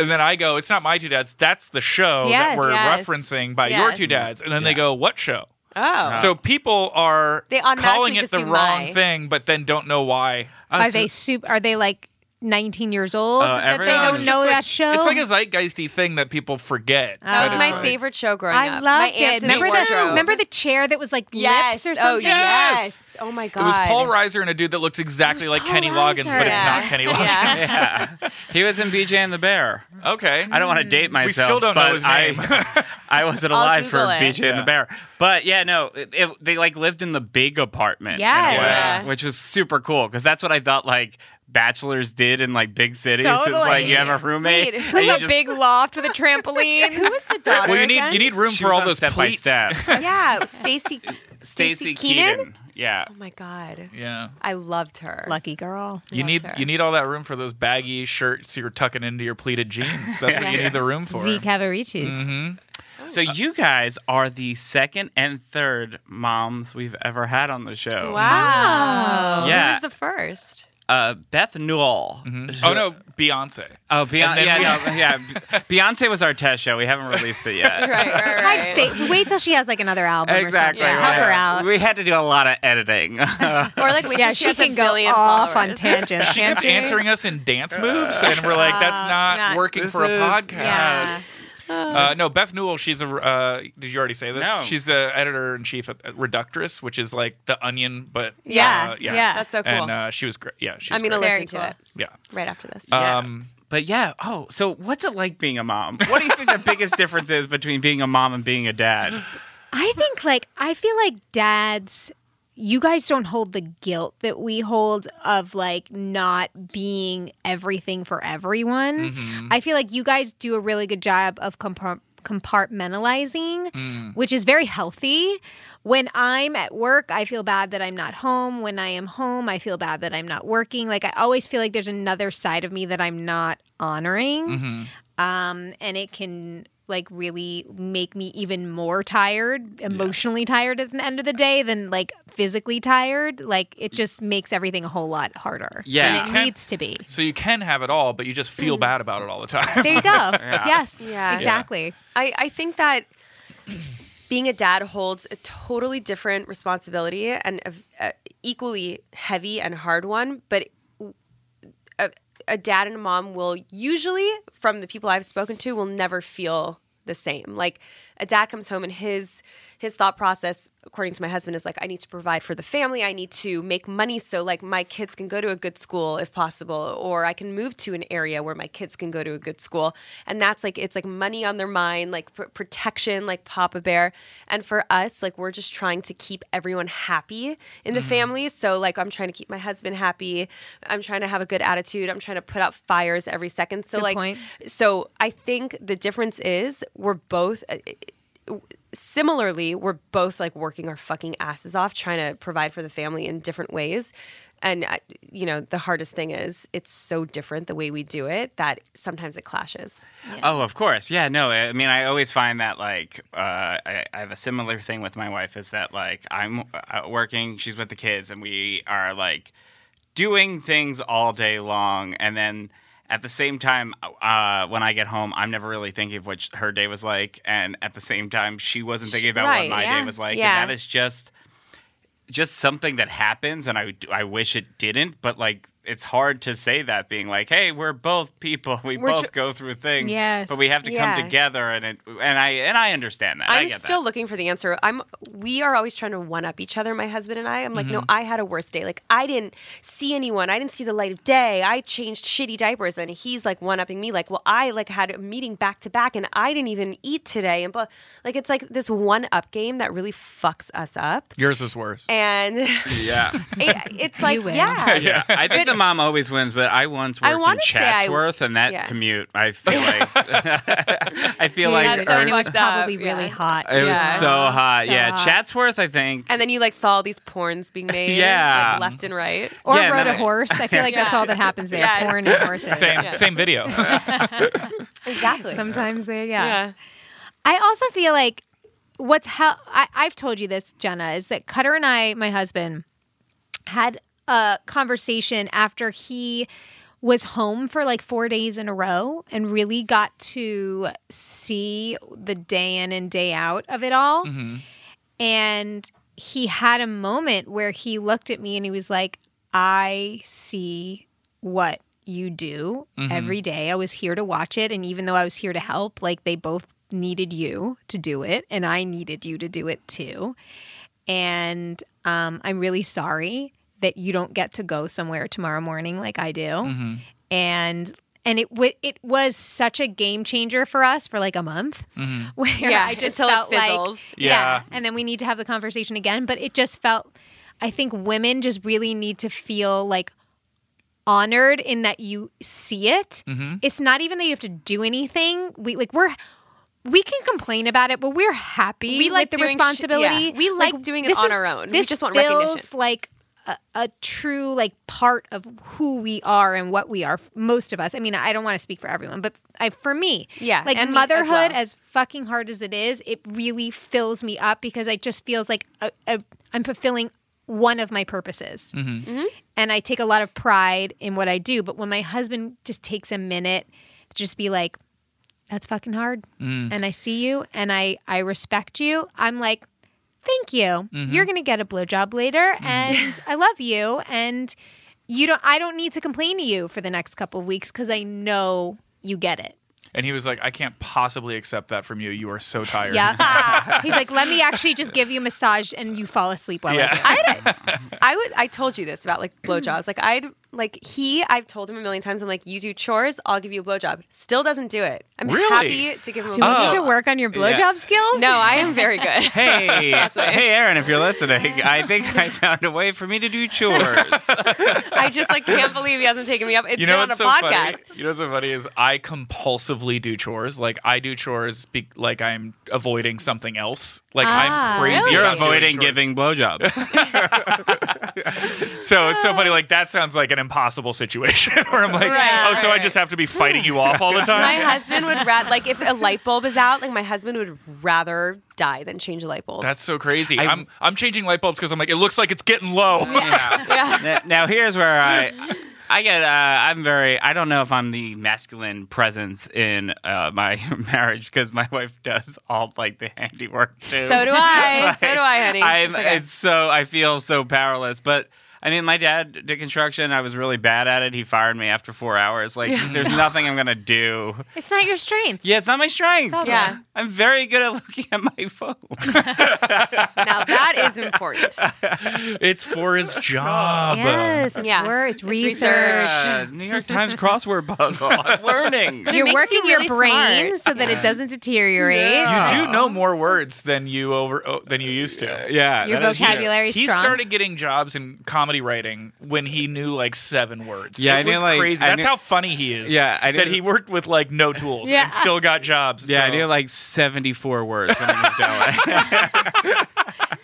[SPEAKER 1] And then I go, it's not my two dads. That's the show that
[SPEAKER 6] Yes.
[SPEAKER 1] we're
[SPEAKER 5] Yes.
[SPEAKER 1] referencing by your
[SPEAKER 5] Yes.
[SPEAKER 1] two dads. And then they go, what show?
[SPEAKER 5] Oh,
[SPEAKER 1] So people are
[SPEAKER 5] They automatically
[SPEAKER 1] calling it
[SPEAKER 5] just
[SPEAKER 1] the
[SPEAKER 5] do
[SPEAKER 1] wrong
[SPEAKER 5] my.
[SPEAKER 1] thing, but then don't know why.
[SPEAKER 2] Uh,
[SPEAKER 6] Are
[SPEAKER 2] so-
[SPEAKER 6] they soup? Are they like 19 years old that they
[SPEAKER 2] everyone
[SPEAKER 1] No,
[SPEAKER 6] don't
[SPEAKER 1] it's
[SPEAKER 6] know
[SPEAKER 1] Uh, just like-
[SPEAKER 6] that show?
[SPEAKER 1] It's like a zeitgeisty thing that people forget.
[SPEAKER 5] that was
[SPEAKER 1] But
[SPEAKER 5] my
[SPEAKER 1] it's like-
[SPEAKER 5] favorite show growing
[SPEAKER 6] I
[SPEAKER 5] up.
[SPEAKER 6] loved
[SPEAKER 5] my
[SPEAKER 6] it.
[SPEAKER 5] aunt in the
[SPEAKER 6] Remember the,
[SPEAKER 5] wardrobe.
[SPEAKER 6] remember the chair that was like
[SPEAKER 5] yes.
[SPEAKER 6] lips or
[SPEAKER 5] Oh
[SPEAKER 6] something?
[SPEAKER 5] yes.
[SPEAKER 1] Yes.
[SPEAKER 5] Oh my god.
[SPEAKER 1] It was Paul Reiser and a dude that looks exactly like
[SPEAKER 6] Paul
[SPEAKER 1] Kenny Loggins, but it's
[SPEAKER 5] Reiser.
[SPEAKER 1] not
[SPEAKER 5] Yeah.
[SPEAKER 1] Kenny
[SPEAKER 5] Yeah.
[SPEAKER 1] Loggins.
[SPEAKER 2] yeah. He was in BJ and the Bear.
[SPEAKER 1] Okay.
[SPEAKER 2] I don't want to date myself.
[SPEAKER 1] still don't know
[SPEAKER 2] but
[SPEAKER 1] his name.
[SPEAKER 2] I, I wasn't
[SPEAKER 5] Mm. I'll
[SPEAKER 2] alive for
[SPEAKER 5] Google it.
[SPEAKER 2] BJ and
[SPEAKER 1] Yeah.
[SPEAKER 2] the Bear. But yeah, no, it, it- they like lived in the big apartment.
[SPEAKER 6] Yes.
[SPEAKER 2] in a way,
[SPEAKER 5] Yeah.
[SPEAKER 2] which was super cool because that's what I thought like bachelors did in like big cities. It's
[SPEAKER 6] Totally.
[SPEAKER 2] like you have a roommate.
[SPEAKER 5] Wait,
[SPEAKER 2] and
[SPEAKER 5] who's
[SPEAKER 2] you
[SPEAKER 6] Like a
[SPEAKER 2] just-
[SPEAKER 6] big loft with a trampoline.
[SPEAKER 5] Who was the daughter?
[SPEAKER 1] well, you need
[SPEAKER 5] again?
[SPEAKER 1] you need room
[SPEAKER 2] She
[SPEAKER 1] for
[SPEAKER 2] was
[SPEAKER 1] all
[SPEAKER 2] on
[SPEAKER 1] those
[SPEAKER 2] step by
[SPEAKER 1] pleats.
[SPEAKER 2] step.
[SPEAKER 5] Yeah, Stacy.
[SPEAKER 2] Stacy
[SPEAKER 5] Stacy Keenan?
[SPEAKER 2] Yeah.
[SPEAKER 5] Oh my god.
[SPEAKER 1] yeah.
[SPEAKER 5] I loved her.
[SPEAKER 6] Lucky girl.
[SPEAKER 1] You need
[SPEAKER 5] her.
[SPEAKER 1] you need all that room for those baggy shirts you're tucking into your pleated jeans. That's what you
[SPEAKER 5] Yeah.
[SPEAKER 1] need the room for.
[SPEAKER 6] Z Cavaricci's.
[SPEAKER 2] So you guys are the second and third moms we've ever had on the show.
[SPEAKER 5] Wow.
[SPEAKER 2] Yeah.
[SPEAKER 5] Who was the first?
[SPEAKER 2] Uh, Beth Newell.
[SPEAKER 1] Oh no, Beyonce.
[SPEAKER 2] Mm-hmm. Oh, Beyonce.
[SPEAKER 1] then
[SPEAKER 2] Yeah,
[SPEAKER 1] we-
[SPEAKER 2] no, yeah. Beyonce was our test show. We haven't released it yet.
[SPEAKER 5] Right, right,
[SPEAKER 6] I'd
[SPEAKER 5] right.
[SPEAKER 6] say wait till she has like another album
[SPEAKER 2] Exactly.
[SPEAKER 6] or something.
[SPEAKER 5] Yeah.
[SPEAKER 6] Help her
[SPEAKER 2] right.
[SPEAKER 6] out.
[SPEAKER 2] We had to do a lot of editing.
[SPEAKER 5] Or like, wait
[SPEAKER 6] yeah,
[SPEAKER 5] till
[SPEAKER 6] she,
[SPEAKER 5] has a
[SPEAKER 6] can go
[SPEAKER 5] billion
[SPEAKER 6] off on
[SPEAKER 5] followers.
[SPEAKER 6] tangents.
[SPEAKER 1] She kept answering us in dance moves, and we're like, that's
[SPEAKER 5] Uh,
[SPEAKER 1] not
[SPEAKER 6] not-
[SPEAKER 1] working
[SPEAKER 2] This
[SPEAKER 1] for a
[SPEAKER 2] is-
[SPEAKER 1] podcast.
[SPEAKER 6] Yeah.
[SPEAKER 1] Uh, no, Beth Newell. She's a. Uh, did you already say this?
[SPEAKER 2] No.
[SPEAKER 1] She's the editor in chief at at Reductress, which is like the Onion, but
[SPEAKER 6] Yeah,
[SPEAKER 1] uh,
[SPEAKER 6] yeah.
[SPEAKER 5] That's so cool.
[SPEAKER 1] And uh, she was great. Yeah, she's.
[SPEAKER 5] I'm going to
[SPEAKER 1] great.
[SPEAKER 6] Very
[SPEAKER 5] listen to
[SPEAKER 6] cool.
[SPEAKER 5] it
[SPEAKER 1] Yeah.
[SPEAKER 5] right after this.
[SPEAKER 1] Um,
[SPEAKER 2] but yeah, oh, so what's it like being a mom? What do you think the biggest difference is between being a mom and being a dad?
[SPEAKER 6] I think like I feel like dads you guys don't hold the guilt that we hold of like not being everything for everyone. I feel like you guys do a really good job of compar- compartmentalizing, which is very healthy. When I'm at work, I feel bad that I'm not home. When I am home, I feel bad that I'm not working. Like I always feel like there's another side of me that I'm not honoring um, and it can like really make me even more tired emotionally tired at the end of the day than like physically tired like it just makes everything a whole lot harder
[SPEAKER 2] Mm. Yeah.
[SPEAKER 6] than it
[SPEAKER 1] Can-
[SPEAKER 6] needs to be
[SPEAKER 1] so you can have it all, but you just
[SPEAKER 5] Mm.
[SPEAKER 1] feel bad about it all the time.
[SPEAKER 6] there you go yes
[SPEAKER 5] Yeah.
[SPEAKER 6] exactly
[SPEAKER 5] I, I think that being a dad holds a totally different responsibility and a, a equally heavy and hard one, but a, a dad and a mom will usually, from the people I've spoken to, will never feel the same. Like a dad comes home and his his thought process, according to my husband, is like, I need to provide for the family. I need to make money so like my kids can go to a good school if possible, or I can move to an area where my kids can go to a good school. And that's like it's like money on their mind, like pr- protection, like Papa Bear. And for us, like we're just trying to keep everyone happy in
[SPEAKER 6] Mm-hmm.
[SPEAKER 5] the family. So like I'm trying to keep my husband happy. I'm trying to have a good attitude. I'm trying to put out fires every second. So
[SPEAKER 6] Good
[SPEAKER 5] like
[SPEAKER 6] point.
[SPEAKER 5] so I think the difference is we're both similarly, we're both like working our fucking asses off trying to provide for the family in different ways. And, I- you know, the hardest thing is it's so different the way we do it that sometimes it clashes.
[SPEAKER 2] Oh, of course. Yeah, no. I mean, I always find that like uh, I, I have a similar thing with my wife is that like I'm uh, working, she's with the kids, and we are like doing things all day long, and then at the same time, uh, when I get home, I'm never really thinking of what sh- her day was like, and at the same time, she wasn't thinking about
[SPEAKER 5] Right,
[SPEAKER 2] what my
[SPEAKER 6] yeah.
[SPEAKER 2] day was like,
[SPEAKER 5] Yeah.
[SPEAKER 2] and that is just just something that happens, and I I wish it didn't, but like it's hard to say that being like, hey, we're both people. We
[SPEAKER 5] We're
[SPEAKER 2] both
[SPEAKER 5] tr-
[SPEAKER 2] go through things.
[SPEAKER 6] Yes.
[SPEAKER 2] But we have to
[SPEAKER 5] Yeah.
[SPEAKER 2] come together and it, and I and I understand that. I
[SPEAKER 5] I'm
[SPEAKER 2] get
[SPEAKER 5] still
[SPEAKER 2] that.
[SPEAKER 5] looking for the answer. I'm we are always trying to one up each other, my husband and I. I'm like, no,
[SPEAKER 2] Mm-hmm.
[SPEAKER 5] I had a worse day. Like I didn't see anyone. I didn't see the light of day. I changed shitty diapers. Then he's like one upping me, like, well, I like had a meeting back to back and I didn't even eat today. And but like it's like this one up game that really fucks us up.
[SPEAKER 1] Yours is worse.
[SPEAKER 5] And
[SPEAKER 2] Yeah.
[SPEAKER 5] it, it's like,
[SPEAKER 6] win.
[SPEAKER 5] yeah.
[SPEAKER 2] Yeah, I think the mom always wins, but I once
[SPEAKER 5] I
[SPEAKER 2] worked in
[SPEAKER 5] wanna say I-
[SPEAKER 2] Chatsworth, and that
[SPEAKER 5] yeah.
[SPEAKER 2] commute, I feel like, I feel like
[SPEAKER 5] that's
[SPEAKER 6] and
[SPEAKER 5] so
[SPEAKER 6] it
[SPEAKER 2] or-
[SPEAKER 6] was
[SPEAKER 5] fucked up,
[SPEAKER 6] probably really
[SPEAKER 5] yeah.
[SPEAKER 6] hot.
[SPEAKER 2] it
[SPEAKER 5] Yeah.
[SPEAKER 2] was so hot.
[SPEAKER 6] So
[SPEAKER 2] yeah,
[SPEAKER 6] hot.
[SPEAKER 2] Chatsworth, I think.
[SPEAKER 5] And then you like saw all these porns being made,
[SPEAKER 2] Yeah.
[SPEAKER 5] like, left and right.
[SPEAKER 6] Or
[SPEAKER 2] Yeah,
[SPEAKER 6] rode
[SPEAKER 2] no,
[SPEAKER 6] a
[SPEAKER 2] I-
[SPEAKER 6] horse. I feel like that's all that happens there.
[SPEAKER 5] Yeah.
[SPEAKER 6] Porn and horses.
[SPEAKER 1] same
[SPEAKER 5] Yeah.
[SPEAKER 1] same video.
[SPEAKER 5] Exactly.
[SPEAKER 6] Sometimes they,
[SPEAKER 5] yeah.
[SPEAKER 6] I also feel like what's how I, I've told you this, Jenna, is that Cutter and I, my husband, had a conversation after he was home for like four days in a row and really got to see the day in and day out of it all. And he had a moment where he looked at me and he was like, I see what you do every day. I was here to watch it. And even though I was here to help, like they both needed you to do it, and I needed you to do it too. And um, I'm really sorry that you don't get to go somewhere tomorrow morning like I do. And and it w- it was such a game changer for us for like a month, where
[SPEAKER 5] Yeah,
[SPEAKER 6] I just
[SPEAKER 5] until it
[SPEAKER 6] felt like
[SPEAKER 5] fizzles.
[SPEAKER 1] Yeah.
[SPEAKER 6] and then we need to have the conversation again. But it just felt, I think women just really need to feel like honored in that you see it. It's not even that you have to do anything. We like we're we can complain about it, but we're happy
[SPEAKER 5] We like
[SPEAKER 6] with the
[SPEAKER 5] doing sh-
[SPEAKER 6] responsibility.
[SPEAKER 5] yeah. We like doing it
[SPEAKER 6] this
[SPEAKER 5] on
[SPEAKER 6] is-
[SPEAKER 5] our own. We
[SPEAKER 6] This
[SPEAKER 5] just want
[SPEAKER 6] feels
[SPEAKER 5] recognition.
[SPEAKER 6] like a, a true like part of who we are and what we are. Most of us. I mean, I don't want to speak for everyone, but I for me,
[SPEAKER 5] Yeah,
[SPEAKER 6] like
[SPEAKER 5] and me as
[SPEAKER 6] motherhood
[SPEAKER 5] well.
[SPEAKER 6] as fucking hard as it is, it really fills me up because it just feels like a, a, I'm fulfilling one of my purposes.
[SPEAKER 5] Mm-hmm.
[SPEAKER 6] And I take a lot of pride in what I do. But when my husband just takes a minute to just be like, that's fucking hard. And I see you and I, I respect you, I'm like, thank you.
[SPEAKER 1] Mm-hmm.
[SPEAKER 6] You're going to get a blowjob later. And I love you. And you don't, I don't need to complain to you for the next couple of weeks because I know you get it.
[SPEAKER 1] And he was like, I can't possibly accept that from you. You are so tired.
[SPEAKER 6] Yeah. He's like, let me actually just give you a massage and you fall asleep while I do.
[SPEAKER 1] Yeah.
[SPEAKER 6] it."
[SPEAKER 5] I would. I told you this about like blowjobs. Like I'd like he. I've told him a million times. I'm like, you do chores, I'll give you a blowjob. Still doesn't do it. I'm
[SPEAKER 1] Really?
[SPEAKER 5] happy to give him a
[SPEAKER 6] Do you need to
[SPEAKER 1] Oh.
[SPEAKER 5] blowjob.
[SPEAKER 6] work on your blowjob skills?
[SPEAKER 5] No, I am very good.
[SPEAKER 2] Hey, hey, Aaron, if you're listening, I think I found a way for me to do chores.
[SPEAKER 5] I just like can't believe he hasn't taken me up. It's
[SPEAKER 1] You know
[SPEAKER 5] been on a
[SPEAKER 1] what's so
[SPEAKER 5] podcast.
[SPEAKER 1] funny? You know what's so funny is I compulsively do chores. Like I do chores be- like I'm avoiding something else. Like
[SPEAKER 6] Ah.
[SPEAKER 1] I'm crazy.
[SPEAKER 5] Really?
[SPEAKER 2] You're
[SPEAKER 1] about doing
[SPEAKER 2] avoiding
[SPEAKER 1] chores.
[SPEAKER 2] giving blowjobs.
[SPEAKER 1] So
[SPEAKER 5] Ah.
[SPEAKER 1] it's so funny. Like that sounds like an impossible situation where I'm like,
[SPEAKER 5] Right,
[SPEAKER 1] oh, so
[SPEAKER 5] right,
[SPEAKER 1] I just have to be fighting you off all the time.
[SPEAKER 5] My husband would rather like if a light bulb is out, like my husband would rather die than change a light bulb.
[SPEAKER 1] That's so crazy. I, am I'm changing light bulbs because I'm like, it looks like it's getting low.
[SPEAKER 5] yeah.
[SPEAKER 2] now, now here's where I, I get. Uh, I'm very. I don't know if I'm the masculine presence in uh, my marriage because my wife does all like the handiwork too.
[SPEAKER 5] So do I. So do I, honey.
[SPEAKER 2] I'm,
[SPEAKER 5] It's okay.
[SPEAKER 2] it's so I feel so powerless, but. I mean, my dad did construction. I was really bad at it. He fired me after four hours. Like, there's nothing I'm gonna do.
[SPEAKER 6] It's not your strength.
[SPEAKER 2] Yeah, it's not my strength.
[SPEAKER 6] all
[SPEAKER 5] Yeah. good.
[SPEAKER 2] I'm very good at looking at my phone.
[SPEAKER 5] now that is important.
[SPEAKER 1] it's for his job.
[SPEAKER 6] Yes, it's
[SPEAKER 5] Yeah.
[SPEAKER 6] work, it's
[SPEAKER 5] It's
[SPEAKER 6] research.
[SPEAKER 5] research.
[SPEAKER 2] Uh, New York Times crossword puzzle. I'm learning.
[SPEAKER 5] it
[SPEAKER 6] You're
[SPEAKER 5] makes
[SPEAKER 6] working
[SPEAKER 5] you really
[SPEAKER 6] your brain
[SPEAKER 5] smart.
[SPEAKER 6] so that it doesn't deteriorate.
[SPEAKER 1] You do know more words than you over oh, than you used to.
[SPEAKER 2] Yeah.
[SPEAKER 6] Your
[SPEAKER 2] that is-
[SPEAKER 6] vocabulary
[SPEAKER 1] He
[SPEAKER 6] strong.
[SPEAKER 1] started getting jobs in comedy writing when he knew like seven words.
[SPEAKER 2] Yeah,
[SPEAKER 1] it
[SPEAKER 2] I knew,
[SPEAKER 1] was
[SPEAKER 2] like-
[SPEAKER 1] crazy.
[SPEAKER 2] I
[SPEAKER 1] That's
[SPEAKER 2] knew-
[SPEAKER 1] how funny he is.
[SPEAKER 2] Yeah, I knew-
[SPEAKER 1] that he worked with like no tools
[SPEAKER 6] Yeah.
[SPEAKER 1] and still got jobs.
[SPEAKER 2] Yeah, I
[SPEAKER 1] so-
[SPEAKER 2] knew like 74 words when I moved out.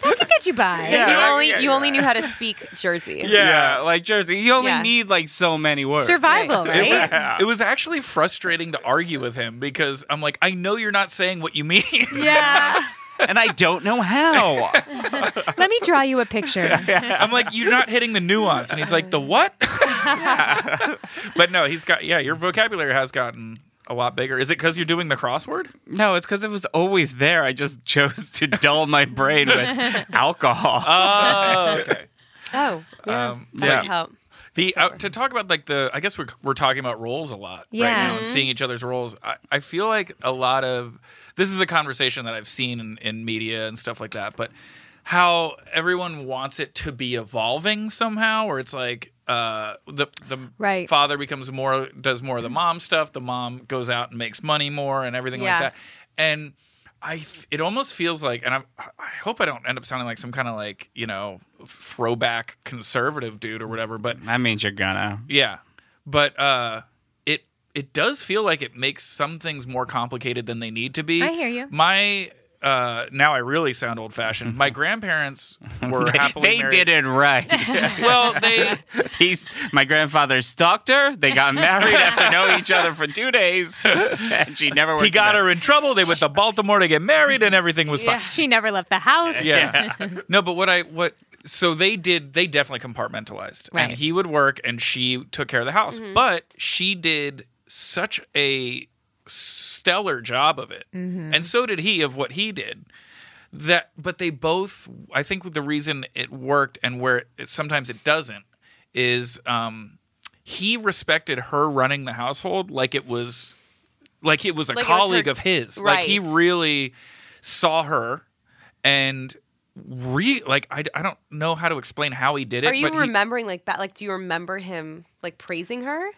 [SPEAKER 6] Look at you by.
[SPEAKER 5] Because
[SPEAKER 2] Yeah.
[SPEAKER 5] you only you only knew how to speak Jersey.
[SPEAKER 2] yeah, like Jersey. You only
[SPEAKER 5] Yeah.
[SPEAKER 2] need like so many words.
[SPEAKER 6] Survival,
[SPEAKER 5] Right.
[SPEAKER 6] right?
[SPEAKER 1] It was, it was actually frustrating to argue with him because I'm like, I know you're not saying what you mean.
[SPEAKER 6] yeah.
[SPEAKER 2] and I don't know how.
[SPEAKER 6] Let me draw you a picture.
[SPEAKER 1] I'm like, you're not hitting the nuance. And he's like, the what? but no, he's got, yeah, your vocabulary has gotten a lot bigger. Is it because you're doing the crossword?
[SPEAKER 2] no, it's because it was always there. I just chose to dull my brain with alcohol.
[SPEAKER 1] Oh, okay.
[SPEAKER 5] Oh, yeah.
[SPEAKER 1] Um,
[SPEAKER 5] That
[SPEAKER 2] yeah.
[SPEAKER 5] would help.
[SPEAKER 1] The uh, to talk about like the I guess we're we're talking about roles a lot right
[SPEAKER 6] Yeah.
[SPEAKER 1] now and seeing each other's roles. I, I feel like a lot of this is a conversation that I've seen in, in media and stuff like that, but how everyone wants it to be evolving somehow, where it's like uh, the the
[SPEAKER 6] Right. Mm-hmm.
[SPEAKER 1] father becomes more does more of the mom stuff, the mom goes out and makes money more and everything
[SPEAKER 5] Yeah.
[SPEAKER 1] like that, and. I f- it almost feels like, and I, I hope I don't end up sounding like some kind of like you know throwback conservative dude or whatever, but
[SPEAKER 2] That means you're gonna.
[SPEAKER 1] yeah, but uh, it it does feel like it makes some things more complicated than they need to be.
[SPEAKER 6] I hear you.
[SPEAKER 1] My uh, now I really sound old fashioned. My grandparents were happily
[SPEAKER 2] They
[SPEAKER 1] married.
[SPEAKER 2] did it right.
[SPEAKER 1] Well, they
[SPEAKER 2] He's my grandfather's doctor. They got married after knowing each other for two days, and she never. Worked
[SPEAKER 1] he got
[SPEAKER 2] it out.
[SPEAKER 1] her in trouble. They went to Baltimore to get married, and everything was fine.
[SPEAKER 5] Yeah.
[SPEAKER 6] She never left the house.
[SPEAKER 1] yeah. no, but what I what so they did they definitely compartmentalized.
[SPEAKER 6] Right.
[SPEAKER 1] And he would work and she took care of the house.
[SPEAKER 5] Mm-hmm.
[SPEAKER 1] But she did such a stellar job of it.
[SPEAKER 5] Mm-hmm.
[SPEAKER 1] And so did he of what he did. That but they both I think the reason it worked and where it, sometimes it doesn't is um he respected her running the household like it was like it was a
[SPEAKER 5] Like it was her-
[SPEAKER 1] colleague of his. Like he
[SPEAKER 5] Right.
[SPEAKER 1] really saw her and re like I, I don't know how to explain how he did it.
[SPEAKER 5] Are you
[SPEAKER 1] but he-
[SPEAKER 5] remembering like ba- like do you remember him like praising her?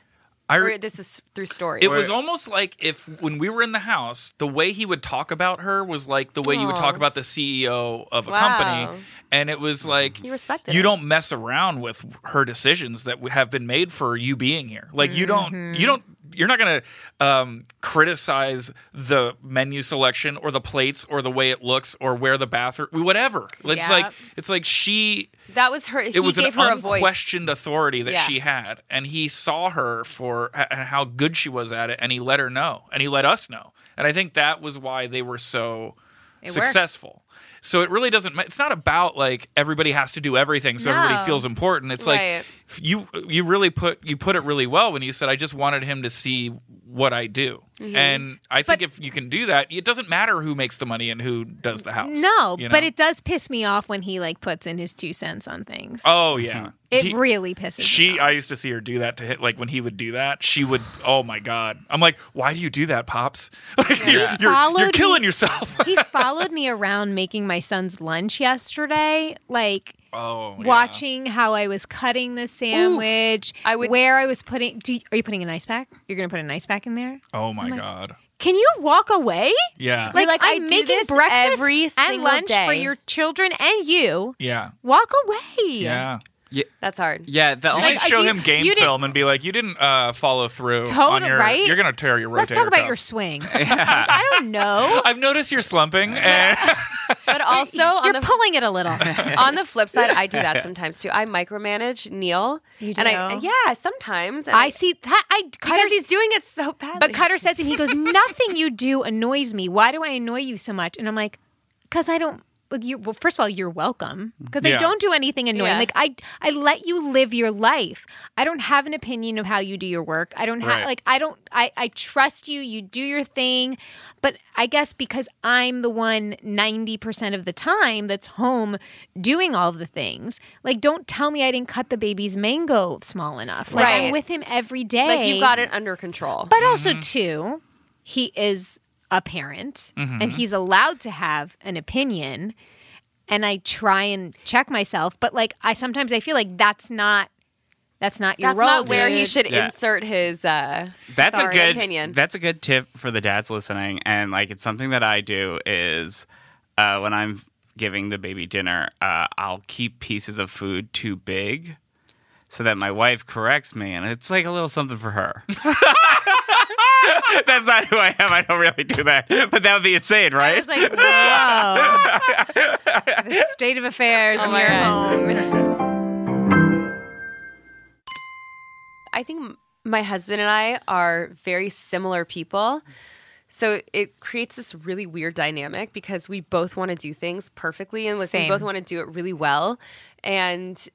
[SPEAKER 1] I,
[SPEAKER 5] Or this is through story.
[SPEAKER 1] it was almost like if when we were in the house, the way he would talk about her was like the way you would
[SPEAKER 5] Aw.
[SPEAKER 1] talk about the CEO of a
[SPEAKER 5] Wow.
[SPEAKER 1] company, and it was like
[SPEAKER 5] You respected
[SPEAKER 1] You
[SPEAKER 5] it.
[SPEAKER 1] don't mess around with her decisions that w- have been made for you being here. Like you don't,
[SPEAKER 5] Mm-hmm.
[SPEAKER 1] you don't, you're not gonna um, criticize the menu selection or the plates or the way it looks or where the bathroom, whatever. It's
[SPEAKER 6] Yep.
[SPEAKER 1] like it's like she
[SPEAKER 5] that was her. He
[SPEAKER 1] it was an
[SPEAKER 5] gave her a voice.
[SPEAKER 1] unquestioned authority that
[SPEAKER 5] Yeah.
[SPEAKER 1] she had, and he saw her for h- and how good she was at it, and he let her know, and he let us know, and I think that was why they were so
[SPEAKER 6] It worked.
[SPEAKER 1] successful. So it really doesn't. ma- It's not about like everybody has to do everything, so
[SPEAKER 6] No.
[SPEAKER 1] everybody feels important. It's
[SPEAKER 5] Right.
[SPEAKER 1] like f- you you really put you put it really well when you said I just wanted him to see what I do,
[SPEAKER 5] Mm-hmm.
[SPEAKER 1] and I think if you can do that, it doesn't matter who makes the money and who does the house.
[SPEAKER 6] No,
[SPEAKER 1] you
[SPEAKER 6] but
[SPEAKER 1] know?
[SPEAKER 6] it does piss me off when he like puts in his two cents on things.
[SPEAKER 1] Oh yeah,
[SPEAKER 6] it
[SPEAKER 1] He-
[SPEAKER 6] really pisses me
[SPEAKER 1] She,
[SPEAKER 6] off.
[SPEAKER 1] I used to see her do that to hit. Like when he would do that, she would. Oh my god! I'm like, why do you do that, pops? Like you're, you're, you're
[SPEAKER 6] Followed
[SPEAKER 1] killing
[SPEAKER 6] me-
[SPEAKER 1] yourself.
[SPEAKER 6] he followed me around making my son's lunch yesterday, like
[SPEAKER 1] Oh,
[SPEAKER 6] watching how I was cutting the sandwich,
[SPEAKER 5] I would-
[SPEAKER 6] where I was putting. Do you, are you putting an ice pack? You're gonna put an ice pack in there?
[SPEAKER 1] Oh my god.
[SPEAKER 6] Can you walk away?
[SPEAKER 1] Yeah.
[SPEAKER 5] Like, I
[SPEAKER 6] I'm
[SPEAKER 5] do
[SPEAKER 6] making
[SPEAKER 5] this
[SPEAKER 6] breakfast
[SPEAKER 5] every
[SPEAKER 6] and
[SPEAKER 5] single
[SPEAKER 6] lunch for
[SPEAKER 5] day.
[SPEAKER 6] your children and you.
[SPEAKER 1] yeah.
[SPEAKER 6] Walk away.
[SPEAKER 1] Yeah.
[SPEAKER 5] That's hard.
[SPEAKER 2] Yeah, the
[SPEAKER 1] You
[SPEAKER 2] only
[SPEAKER 1] should
[SPEAKER 6] Like,
[SPEAKER 1] show
[SPEAKER 6] you-
[SPEAKER 1] him game
[SPEAKER 6] you didn't-
[SPEAKER 1] film and be like, you didn't uh, follow through on
[SPEAKER 6] Totally,
[SPEAKER 1] your.
[SPEAKER 6] right?
[SPEAKER 1] You're gonna tear your rotator.
[SPEAKER 6] Let's talk about
[SPEAKER 1] cuff.
[SPEAKER 6] your swing. Like, I don't know.
[SPEAKER 1] I've noticed you're slumping. And
[SPEAKER 5] But also on
[SPEAKER 6] You're
[SPEAKER 5] the
[SPEAKER 6] pulling it a little.
[SPEAKER 5] on the flip side, I do that sometimes too. I micromanage Neil.
[SPEAKER 6] You
[SPEAKER 5] And I
[SPEAKER 6] do?
[SPEAKER 5] yeah, sometimes. And
[SPEAKER 6] I see that. I Cutter,
[SPEAKER 5] because he's doing it so badly.
[SPEAKER 6] but Cutter said to me, he goes, "Nothing you do annoys me. Why do I annoy you so much?" And I'm like, "Cause I don't." Like you, well, first of all, you're welcome because I
[SPEAKER 1] Yeah.
[SPEAKER 6] don't do anything annoying.
[SPEAKER 5] Yeah.
[SPEAKER 6] Like I, I let you live your life. I don't have an opinion of how you do your work. I don't have
[SPEAKER 1] Right.
[SPEAKER 6] like I don't. I I trust you. You do your thing, but I guess because I'm the one ninety percent of the time that's home doing all the things. Like, don't tell me I didn't cut the baby's mango small enough. Like I'm
[SPEAKER 5] Right.
[SPEAKER 6] with him every day.
[SPEAKER 5] like you got it under control.
[SPEAKER 6] But also,
[SPEAKER 1] Mm-hmm.
[SPEAKER 6] too, he is a parent
[SPEAKER 1] Mm-hmm.
[SPEAKER 6] and he's allowed to have an opinion. And I try and check myself, but like I sometimes I feel like that's not that's not your
[SPEAKER 5] That's
[SPEAKER 6] role.
[SPEAKER 5] not where he
[SPEAKER 6] dude.
[SPEAKER 5] should
[SPEAKER 2] Yeah.
[SPEAKER 5] insert his uh
[SPEAKER 2] that's a
[SPEAKER 5] sorry,
[SPEAKER 2] good
[SPEAKER 5] opinion.
[SPEAKER 2] That's a good tip for the dads listening, and like it's something that I do is uh, when I'm giving the baby dinner, uh, I'll keep pieces of food too big. So that my wife corrects me, and it's like a little something for her. That's not who I am. I don't really do that, but that would be insane,
[SPEAKER 6] I
[SPEAKER 2] right?
[SPEAKER 6] was like, whoa, the state of affairs
[SPEAKER 5] Oh
[SPEAKER 6] in
[SPEAKER 5] my
[SPEAKER 6] your
[SPEAKER 5] God.
[SPEAKER 6] home.
[SPEAKER 5] I think my husband and I are very similar people. So it creates this really weird dynamic because we both want to do things perfectly and like, we
[SPEAKER 6] Same.
[SPEAKER 5] both want to do it really well. And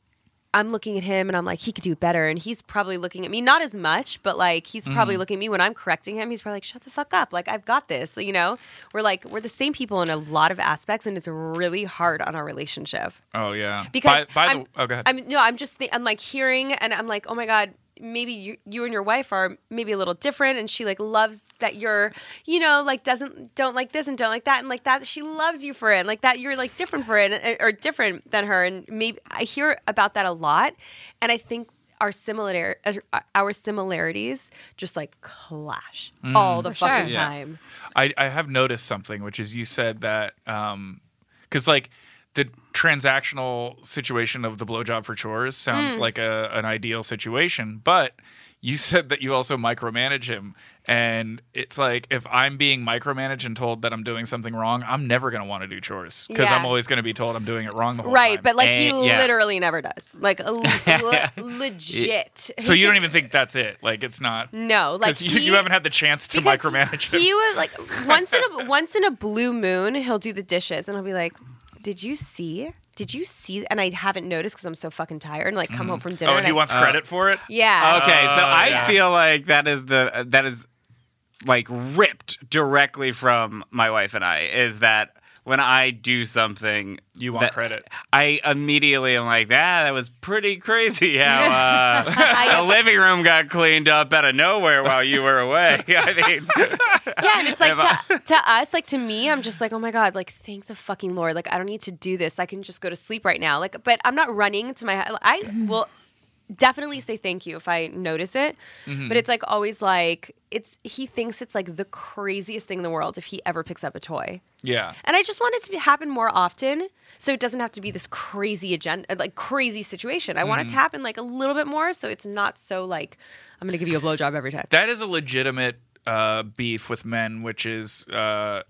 [SPEAKER 5] I'm looking at him and I'm like, he could do better. And he's probably looking at me, not as much, but like, he's probably looking at me when I'm correcting him. He's probably like, shut the fuck up. Like, I've got this. You know, we're like, we're the same people in a lot of aspects, and it's really hard on our relationship.
[SPEAKER 1] Oh yeah.
[SPEAKER 5] Because
[SPEAKER 1] by, by
[SPEAKER 5] I'm,
[SPEAKER 1] the oh, go ahead.
[SPEAKER 5] I'm no, I'm just th- I'm like hearing, and I'm like, oh my god, maybe you, you and your wife are maybe a little different, and she like loves that you're, you know, like doesn't don't like this and don't like that, and like that she loves you for it, and like that you're like different for it, and, uh, or different than her, and maybe I hear about that a lot, and I think. Our similar uh, our similarities just like clash all the
[SPEAKER 6] sure.
[SPEAKER 5] fucking
[SPEAKER 1] Mm. Yeah.
[SPEAKER 5] time.
[SPEAKER 1] I, I have noticed something, which is you said that because like the transactional situation of the blowjob for chores
[SPEAKER 5] Hmm.
[SPEAKER 1] sounds like a, an ideal situation, but you said that you also micromanage him. And it's like if I'm being micromanaged and told that I'm doing something wrong, I'm never going to want to do chores because
[SPEAKER 5] Yeah.
[SPEAKER 1] I'm always going to be told I'm doing it wrong the whole
[SPEAKER 5] Right,
[SPEAKER 1] time. Eh,
[SPEAKER 5] but like
[SPEAKER 2] And-
[SPEAKER 5] he
[SPEAKER 2] yeah.
[SPEAKER 5] literally never does. Like le- le- legit.
[SPEAKER 1] so you don't even think that's it? Like it's not
[SPEAKER 5] No, like
[SPEAKER 1] because you,
[SPEAKER 5] he-
[SPEAKER 1] you haven't had the chance to
[SPEAKER 5] because
[SPEAKER 1] micromanage him.
[SPEAKER 5] He would like once in a once in a blue moon, he'll do the dishes, and I'll be like, "Did you see? Did you see?" And I haven't noticed because I'm so fucking tired, and like come home from dinner.
[SPEAKER 1] oh, and he
[SPEAKER 5] I-
[SPEAKER 1] wants Oh, credit for it.
[SPEAKER 5] yeah.
[SPEAKER 2] Okay, so I
[SPEAKER 1] yeah.
[SPEAKER 2] feel like that is the uh, that is like ripped directly from my wife and I is that when I do something,
[SPEAKER 1] You want
[SPEAKER 2] that-
[SPEAKER 1] credit.
[SPEAKER 2] I immediately am like, ah, that was pretty crazy how
[SPEAKER 5] I-
[SPEAKER 2] uh, the living room got cleaned up out of nowhere while you were away. I mean,
[SPEAKER 5] yeah, and it's like to, to us, like to me, I'm just like, oh my god, like thank the fucking lord, like I don't need to do this, I can just go to sleep right now, like. But I'm not running to my. I will definitely say thank you if I notice it, but it's like always like it's he thinks it's like the craziest thing in the world if he ever picks up a toy.
[SPEAKER 1] Yeah.
[SPEAKER 5] And I just want it to be- happen more often, so it doesn't have to be this crazy agenda, like crazy situation. I want it to happen like a little bit more, so it's not so like I'm gonna give you a blowjob every time.
[SPEAKER 1] that is a legitimate uh, beef with men, which is uh,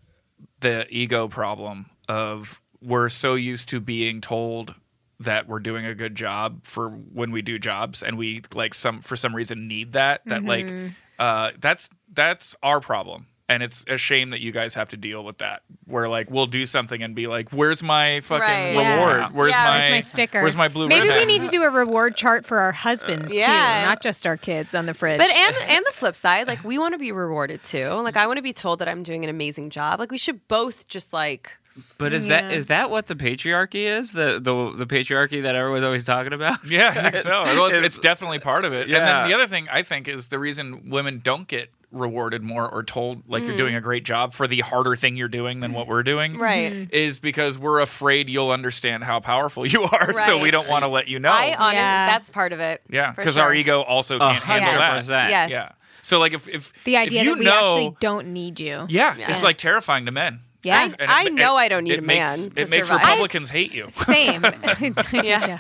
[SPEAKER 1] the ego problem of we're so used to being told that we're doing a good job for when we do jobs, and we like some for some reason need that. That
[SPEAKER 5] Mm-hmm.
[SPEAKER 1] like uh, that's that's our problem. And it's a shame that you guys have to deal with that. Where like we'll do something and be like, "Where's my fucking
[SPEAKER 5] Right.
[SPEAKER 6] Yeah.
[SPEAKER 1] reward? Where's
[SPEAKER 5] Yeah.
[SPEAKER 1] my
[SPEAKER 5] Where's
[SPEAKER 6] Where's my sticker?
[SPEAKER 1] Where's my blue
[SPEAKER 6] Maybe
[SPEAKER 1] ribbon?"
[SPEAKER 6] we need to do a reward chart for our husbands
[SPEAKER 5] Yeah.
[SPEAKER 6] too, not just our kids on the fridge.
[SPEAKER 5] But and and the flip side, like we want to be rewarded too. Like I want to be told that I'm doing an amazing job. Like we should both just like
[SPEAKER 2] but is that
[SPEAKER 6] Yeah.
[SPEAKER 2] is that what the patriarchy is? The the the patriarchy that everyone's always talking about?
[SPEAKER 1] Yeah, I think so. Well, it's,
[SPEAKER 2] It's-
[SPEAKER 1] it's definitely part of it. And
[SPEAKER 2] Yeah.
[SPEAKER 1] then the other thing I think is the reason women don't get rewarded more or told like
[SPEAKER 5] Mm.
[SPEAKER 1] you're doing a great job for the harder thing you're doing than what we're doing.
[SPEAKER 5] Right. Mhm.
[SPEAKER 1] Is because we're afraid you'll understand how powerful you are. So we
[SPEAKER 5] Right.
[SPEAKER 1] don't want to let you know.
[SPEAKER 5] I honestly
[SPEAKER 6] Oh, Yeah.
[SPEAKER 5] that's part of it.
[SPEAKER 1] yeah.
[SPEAKER 5] for
[SPEAKER 1] Because our
[SPEAKER 5] sure. Oh,
[SPEAKER 1] ego also can't
[SPEAKER 2] hundred
[SPEAKER 1] handle
[SPEAKER 5] Yeah.
[SPEAKER 1] that.
[SPEAKER 2] percent.
[SPEAKER 5] Yes.
[SPEAKER 1] Yeah. So like if, if
[SPEAKER 6] the
[SPEAKER 1] if
[SPEAKER 6] idea
[SPEAKER 1] you
[SPEAKER 6] that we
[SPEAKER 1] know,
[SPEAKER 6] actually don't need you.
[SPEAKER 1] Yeah,
[SPEAKER 5] Yeah.
[SPEAKER 1] It's like terrifying to men.
[SPEAKER 6] Yeah. I-
[SPEAKER 1] It's- and
[SPEAKER 5] I
[SPEAKER 1] ma-
[SPEAKER 5] know I don't need
[SPEAKER 1] it
[SPEAKER 5] a
[SPEAKER 1] makes-
[SPEAKER 5] man to
[SPEAKER 1] It makes
[SPEAKER 5] survive.
[SPEAKER 1] Republicans hate you.
[SPEAKER 6] Same. yeah.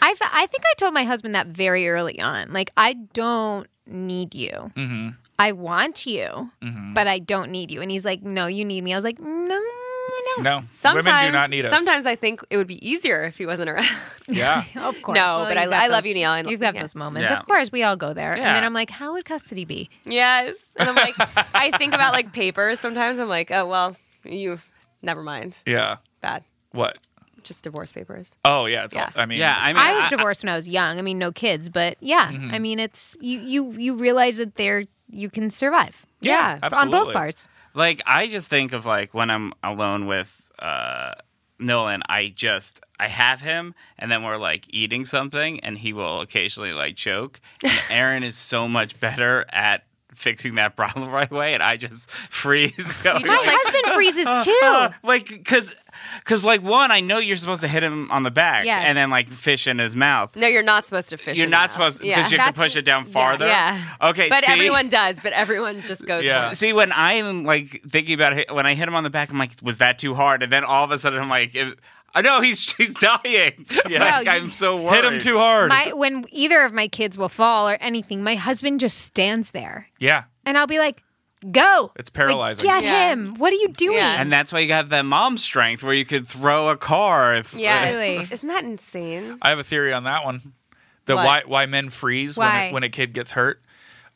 [SPEAKER 6] I've, I think I told my husband that very early on. Like, I don't need you. I want you, but I don't need you. And he's like, no, you need me. I was like, no, no.
[SPEAKER 1] No.
[SPEAKER 5] Sometimes
[SPEAKER 1] women do not need us.
[SPEAKER 5] sometimes I think it would be easier if he wasn't around.
[SPEAKER 1] Yeah.
[SPEAKER 6] Of course.
[SPEAKER 5] No, but I-
[SPEAKER 6] you've got
[SPEAKER 5] I love
[SPEAKER 6] those-
[SPEAKER 5] you, Neil. I lo-
[SPEAKER 6] you've got
[SPEAKER 5] yeah.
[SPEAKER 6] those moments.
[SPEAKER 2] Yeah.
[SPEAKER 6] Of course, we all go there.
[SPEAKER 2] Yeah.
[SPEAKER 6] And then I'm like, how would custody be?
[SPEAKER 5] yes. And I'm like I think about like papers sometimes I'm like, "Oh, well, you never mind.
[SPEAKER 1] Yeah.
[SPEAKER 5] Bad.
[SPEAKER 1] What?
[SPEAKER 5] Just divorce papers."
[SPEAKER 1] Oh yeah. It's all-
[SPEAKER 5] Yeah.
[SPEAKER 1] I mean
[SPEAKER 2] Yeah, I mean,
[SPEAKER 6] I was divorced when I was young. I mean, no kids, but yeah. I mean, it's you you you realize that there you can survive
[SPEAKER 5] Yeah.
[SPEAKER 1] absolutely.
[SPEAKER 6] on both parts.
[SPEAKER 2] like I just think of like when I'm alone with uh Nolan, I just I have him and then we're like eating something and he will occasionally like choke. And Aaron is so much better at fixing that problem right away and I just freeze.
[SPEAKER 5] just,
[SPEAKER 6] My
[SPEAKER 5] like-
[SPEAKER 6] husband freezes too.
[SPEAKER 2] like because because like one i know you're supposed to hit him on the back
[SPEAKER 6] Yes.
[SPEAKER 2] and then like fish in his mouth
[SPEAKER 5] No, you're not supposed to fish.
[SPEAKER 2] you're
[SPEAKER 5] in
[SPEAKER 2] not
[SPEAKER 5] that.
[SPEAKER 2] supposed to
[SPEAKER 5] Yeah.
[SPEAKER 2] because you can
[SPEAKER 6] That's-
[SPEAKER 2] push it down
[SPEAKER 6] yeah.
[SPEAKER 2] farther
[SPEAKER 5] yeah.
[SPEAKER 2] okay
[SPEAKER 5] But
[SPEAKER 2] see?
[SPEAKER 5] everyone does, but everyone just goes
[SPEAKER 1] Yeah.
[SPEAKER 2] See, when I'm like thinking about it, when I hit him on the back, I'm like, was that too hard? And then all of a sudden, I'm like, if- I know he's he's dying. Like,
[SPEAKER 6] No, you-
[SPEAKER 2] I'm so worried.
[SPEAKER 1] Hit him too hard.
[SPEAKER 6] My when either of my kids will fall or anything, my husband just stands there,
[SPEAKER 1] yeah.
[SPEAKER 6] and I'll be like, "Go!"
[SPEAKER 1] It's
[SPEAKER 6] Like,
[SPEAKER 1] paralyzing.
[SPEAKER 6] get
[SPEAKER 5] Yeah.
[SPEAKER 6] him! What are you doing?
[SPEAKER 5] Yeah.
[SPEAKER 2] And that's why you have that mom strength where you could throw a car if
[SPEAKER 5] Yeah,
[SPEAKER 6] Really?
[SPEAKER 5] isn't that insane?
[SPEAKER 1] I have a theory on that one. The
[SPEAKER 5] What?
[SPEAKER 1] why why men freeze When,
[SPEAKER 6] Why?
[SPEAKER 1] a, when a kid gets hurt,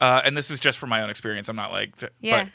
[SPEAKER 1] uh, and this is just from my own experience. I'm not like, th-
[SPEAKER 6] Yeah.
[SPEAKER 1] but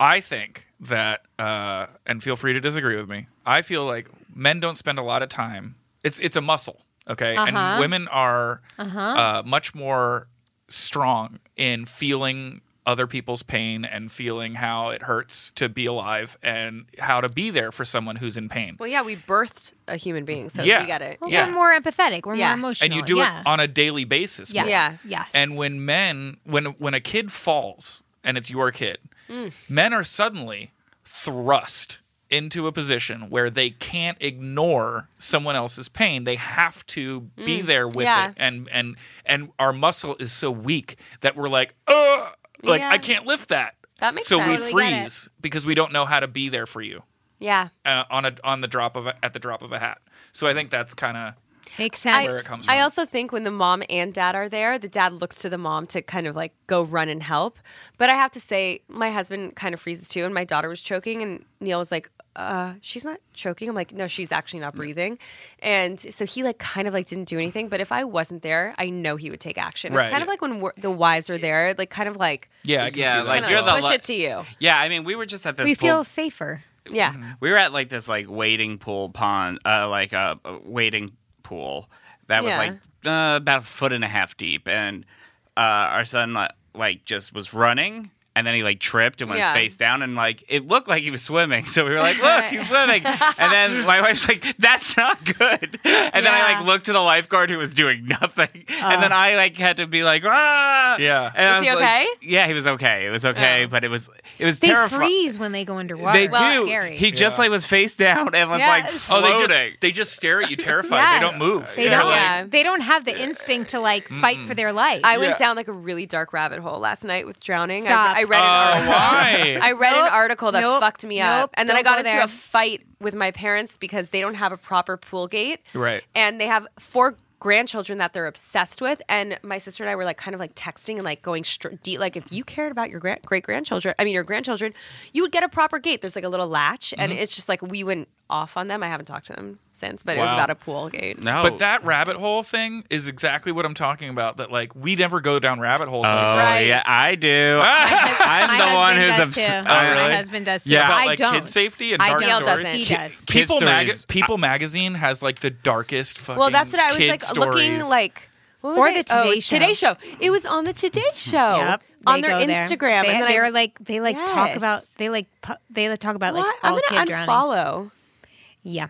[SPEAKER 1] I think that, uh, and feel free to disagree with me. I feel like men don't spend a lot of time. It's it's a muscle. Okay,
[SPEAKER 6] Uh-huh.
[SPEAKER 1] and women are uh much more strong in feeling other people's pain and feeling how it hurts to be alive and how to be there for someone who's in pain.
[SPEAKER 5] Well, yeah, we birthed a human being, so
[SPEAKER 1] Yeah.
[SPEAKER 5] we got it.
[SPEAKER 6] Well,
[SPEAKER 1] Yeah.
[SPEAKER 6] We're more empathetic. We're
[SPEAKER 5] Yeah.
[SPEAKER 6] more emotional.
[SPEAKER 1] and you do
[SPEAKER 6] yeah.
[SPEAKER 1] it on a daily basis.
[SPEAKER 6] Yes.
[SPEAKER 1] more.
[SPEAKER 5] Yeah.
[SPEAKER 6] Yes.
[SPEAKER 1] And when men, when when a kid falls and it's your kid,
[SPEAKER 2] Mm.
[SPEAKER 1] men are suddenly thrust into a position where they can't ignore someone else's pain. They have to be
[SPEAKER 2] Mm.
[SPEAKER 1] there with
[SPEAKER 5] yeah.
[SPEAKER 1] it, and and and our muscle is so weak that we're like, Ugh! like
[SPEAKER 5] Yeah.
[SPEAKER 1] I can't lift that.
[SPEAKER 5] That makes
[SPEAKER 1] so
[SPEAKER 5] sense.
[SPEAKER 1] we
[SPEAKER 6] Totally get it.
[SPEAKER 1] freeze because we don't know how to be there for you
[SPEAKER 5] Yeah.
[SPEAKER 1] uh, on a on the drop of a, at the drop of a hat. So I think that's kind of
[SPEAKER 6] makes
[SPEAKER 5] I,
[SPEAKER 6] sense.
[SPEAKER 1] where it comes
[SPEAKER 5] I
[SPEAKER 1] from.
[SPEAKER 5] also think when the mom and dad are there, the dad looks to the mom to kind of like go run and help. But I have to say, my husband kind of freezes too, and my daughter was choking, and Neil was like, uh, she's not choking. I'm like, no, she's actually not breathing. And so he like kind of like didn't do anything. But if I wasn't there, I know he would take action.
[SPEAKER 1] Right.
[SPEAKER 5] It's kind of like when we the wives are there, like kind of like,
[SPEAKER 1] yeah, I can
[SPEAKER 2] Yeah,
[SPEAKER 1] see that.
[SPEAKER 2] like,
[SPEAKER 5] kinda
[SPEAKER 2] you're the
[SPEAKER 5] push
[SPEAKER 2] li-
[SPEAKER 5] it to you.
[SPEAKER 2] Yeah, I mean, we were just at this
[SPEAKER 6] we
[SPEAKER 2] pool
[SPEAKER 6] feel safer.
[SPEAKER 1] Mm-hmm.
[SPEAKER 5] Yeah.
[SPEAKER 2] we were at like this like waiting pool pond, uh, like a a waiting pool that was
[SPEAKER 5] Yeah.
[SPEAKER 2] like uh, about a foot and a half deep, and uh, our son li- like just was running. And then he like tripped and went
[SPEAKER 5] Yeah.
[SPEAKER 2] face down, and like it looked like he was swimming. So we were like, "Look, he's swimming!" And then my wife's like, "That's not good." And then I
[SPEAKER 6] Yeah.
[SPEAKER 2] like looked to the lifeguard who was doing nothing, and then I like had to be like, "Ah!"
[SPEAKER 1] Yeah.
[SPEAKER 2] And I
[SPEAKER 5] Oh. Was he
[SPEAKER 2] like-
[SPEAKER 5] okay? Oh.
[SPEAKER 2] yeah, he was okay. It was okay, but it was it was
[SPEAKER 6] They
[SPEAKER 2] terrifying.
[SPEAKER 6] freeze when they go underwater.
[SPEAKER 2] They
[SPEAKER 6] It's
[SPEAKER 2] do.
[SPEAKER 6] Scary.
[SPEAKER 2] He just
[SPEAKER 1] Yeah.
[SPEAKER 2] like was face down and was like
[SPEAKER 6] Yes.
[SPEAKER 1] Oh,
[SPEAKER 2] floating.
[SPEAKER 1] they just they just stare at you terrified.
[SPEAKER 6] Yes.
[SPEAKER 1] They don't move.
[SPEAKER 6] They
[SPEAKER 1] They're
[SPEAKER 6] don't.
[SPEAKER 1] like-
[SPEAKER 5] Yeah.
[SPEAKER 6] They don't have the instinct to like fight for their life.
[SPEAKER 5] I went
[SPEAKER 1] Yeah.
[SPEAKER 5] down like a really dark rabbit hole last night with drowning.
[SPEAKER 6] Stop.
[SPEAKER 5] I, I read an
[SPEAKER 1] Oh,
[SPEAKER 5] article.
[SPEAKER 1] why?
[SPEAKER 5] I read
[SPEAKER 6] Nope.
[SPEAKER 5] an article that
[SPEAKER 6] Nope.
[SPEAKER 5] fucked me
[SPEAKER 6] Nope.
[SPEAKER 5] up, and then I
[SPEAKER 6] Don't
[SPEAKER 5] got
[SPEAKER 6] go
[SPEAKER 5] into
[SPEAKER 6] there.
[SPEAKER 5] a fight with my parents because they don't have a proper pool gate,
[SPEAKER 1] Right.
[SPEAKER 5] And they have four grandchildren that they're obsessed with, and my sister and I were like kind of like texting and like going str- deep. Like if you cared about your grand- great grandchildren, I mean your grandchildren, you would get a proper gate. There's like a little latch, and
[SPEAKER 1] Mm-hmm.
[SPEAKER 5] it's just like we went off on them. I haven't talked to them since, but it was
[SPEAKER 1] Wow.
[SPEAKER 5] about a pool gate.
[SPEAKER 2] no.
[SPEAKER 1] But that rabbit hole thing is exactly what I'm talking about. That like we never go down rabbit holes.
[SPEAKER 2] Oh
[SPEAKER 1] like,
[SPEAKER 5] Right.
[SPEAKER 2] yeah, I do. I'm
[SPEAKER 6] My
[SPEAKER 2] the
[SPEAKER 6] husband
[SPEAKER 2] one who's
[SPEAKER 6] does
[SPEAKER 2] obs-
[SPEAKER 1] uh,
[SPEAKER 6] too.
[SPEAKER 2] Oh, really?
[SPEAKER 6] My husband does too.
[SPEAKER 2] Yeah. About,
[SPEAKER 6] I
[SPEAKER 1] like,
[SPEAKER 6] don't.
[SPEAKER 1] kid safety and
[SPEAKER 6] I
[SPEAKER 1] dark
[SPEAKER 6] don't.
[SPEAKER 5] stories?
[SPEAKER 6] He
[SPEAKER 5] Ki-
[SPEAKER 6] does.
[SPEAKER 1] that. People,
[SPEAKER 2] Kid
[SPEAKER 1] maga-
[SPEAKER 2] stories.
[SPEAKER 1] People magazine has like the darkest fucking.
[SPEAKER 5] Well, that's what I was
[SPEAKER 1] kid
[SPEAKER 5] like looking
[SPEAKER 1] stories.
[SPEAKER 5] like. What was
[SPEAKER 6] Or
[SPEAKER 5] it?
[SPEAKER 6] the Today
[SPEAKER 5] oh, it was
[SPEAKER 6] Show.
[SPEAKER 5] Today Show. It was on the Today Show.
[SPEAKER 6] Yep.
[SPEAKER 5] On
[SPEAKER 6] Oh, They
[SPEAKER 5] their
[SPEAKER 6] go there.
[SPEAKER 5] Instagram,
[SPEAKER 6] They,
[SPEAKER 5] and then
[SPEAKER 6] they're
[SPEAKER 5] I,
[SPEAKER 6] like they like talk
[SPEAKER 5] Yes.
[SPEAKER 6] about they like pu- they like talk about like
[SPEAKER 5] What?
[SPEAKER 6] all
[SPEAKER 5] I'm gonna
[SPEAKER 6] kid drownings.
[SPEAKER 5] unfollow.
[SPEAKER 6] Yeah.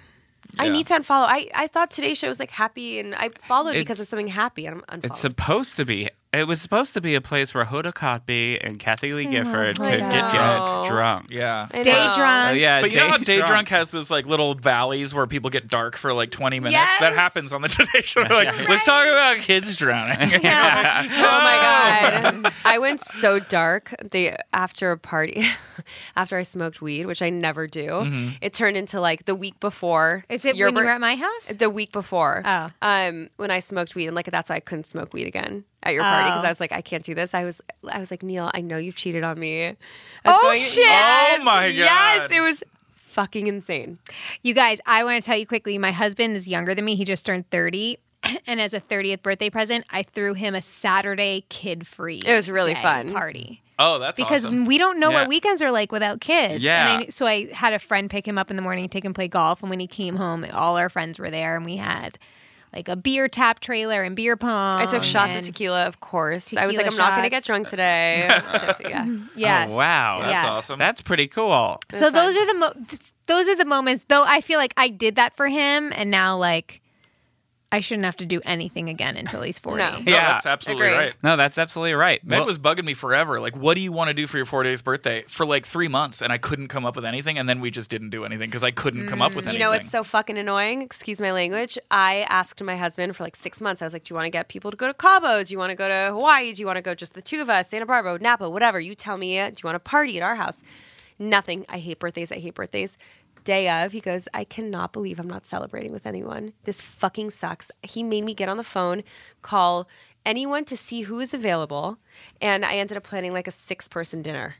[SPEAKER 5] I
[SPEAKER 1] Yeah.
[SPEAKER 5] need to unfollow. I, I thought today's show was like happy, and I followed because
[SPEAKER 2] It's-
[SPEAKER 5] of something happy, and I'm unfollowed.
[SPEAKER 2] it's supposed to be. It was supposed to be a place where Hoda Kotb and Kathy Lee Gifford
[SPEAKER 6] Oh my
[SPEAKER 2] could get
[SPEAKER 5] God.
[SPEAKER 2] drunk. drunk.
[SPEAKER 1] yeah.
[SPEAKER 5] I
[SPEAKER 6] Day
[SPEAKER 5] know.
[SPEAKER 6] drunk.
[SPEAKER 2] Uh, yeah,
[SPEAKER 1] Oh. But you know
[SPEAKER 2] day
[SPEAKER 1] how day drunk. has those like little valleys where people get dark for like 20 minutes.
[SPEAKER 6] Yes.
[SPEAKER 1] That happens on the Today Show. They're like, let's talk about kids drowning.
[SPEAKER 6] Yeah.
[SPEAKER 5] Oh my god! I went so dark. The after a party, after I smoked weed, which I never do,
[SPEAKER 1] Mm-hmm.
[SPEAKER 5] it turned into like the week before.
[SPEAKER 6] Is it
[SPEAKER 5] your
[SPEAKER 6] when you were
[SPEAKER 5] bir-
[SPEAKER 6] at my house?
[SPEAKER 5] the week before.
[SPEAKER 6] Oh.
[SPEAKER 5] Um, when I smoked weed, and like that's why I couldn't smoke weed again at your party because
[SPEAKER 6] Oh.
[SPEAKER 5] I was like, I can't do this. I was, I was like, Neil, I know you've cheated on me. I was
[SPEAKER 6] Oh, shit.
[SPEAKER 5] Yes,
[SPEAKER 1] Oh, my
[SPEAKER 5] Yes,
[SPEAKER 1] God.
[SPEAKER 5] it was fucking insane.
[SPEAKER 6] You guys, I want to tell you quickly my husband is younger than me. He just turned 30. And as a 30th birthday present, I threw him a Saturday kid free.
[SPEAKER 5] It was really fun.
[SPEAKER 6] party.
[SPEAKER 1] oh, that's
[SPEAKER 6] Because
[SPEAKER 1] awesome.
[SPEAKER 6] we don't know
[SPEAKER 2] Yeah.
[SPEAKER 6] what weekends are like without kids.
[SPEAKER 2] Yeah.
[SPEAKER 6] And I, so I had a friend pick him up in the morning, take him play golf. And when he came home, all our friends were there. And we had like a beer tap trailer and beer pong.
[SPEAKER 5] I took shots of
[SPEAKER 6] and-
[SPEAKER 5] tequila, of course. I was
[SPEAKER 6] Oh, Tequila
[SPEAKER 5] like, I'm not gonna
[SPEAKER 6] shots.
[SPEAKER 5] get drunk today. I was tipsy, yeah.
[SPEAKER 6] Yes.
[SPEAKER 2] Oh, wow,
[SPEAKER 1] That's
[SPEAKER 6] yes.
[SPEAKER 1] awesome.
[SPEAKER 2] That's pretty cool.
[SPEAKER 6] So
[SPEAKER 5] That's
[SPEAKER 6] those
[SPEAKER 5] fun.
[SPEAKER 6] are the mo- th- those are the moments. Though I feel like I did that for him, and now like I shouldn't have to do anything again until he's forty.
[SPEAKER 1] No,
[SPEAKER 5] No.
[SPEAKER 2] Yeah.
[SPEAKER 1] that's absolutely
[SPEAKER 5] Agree.
[SPEAKER 1] right.
[SPEAKER 2] No, that's absolutely right.
[SPEAKER 1] Ben
[SPEAKER 2] Well-
[SPEAKER 1] was bugging me forever. Like, what do you want to do for your 40th birthday? For like three months, and I couldn't come up with anything. And then we just didn't do anything because I couldn't come up with anything.
[SPEAKER 5] Mm, You know, it's so fucking annoying. Excuse my language. I asked my husband for like six months. I was like, Do you want to get people to go to Cabo? Do you want to go to Hawaii? Do you want to go just the two of us, Santa Barbara, Napa, whatever? You tell me. Do you want to party at our house? Nothing. I hate birthdays. I hate birthdays. Day of, he goes, I cannot believe I'm not celebrating with anyone. This fucking sucks. He made me get on the phone, call anyone to see who is available. And I ended up planning like a six person dinner.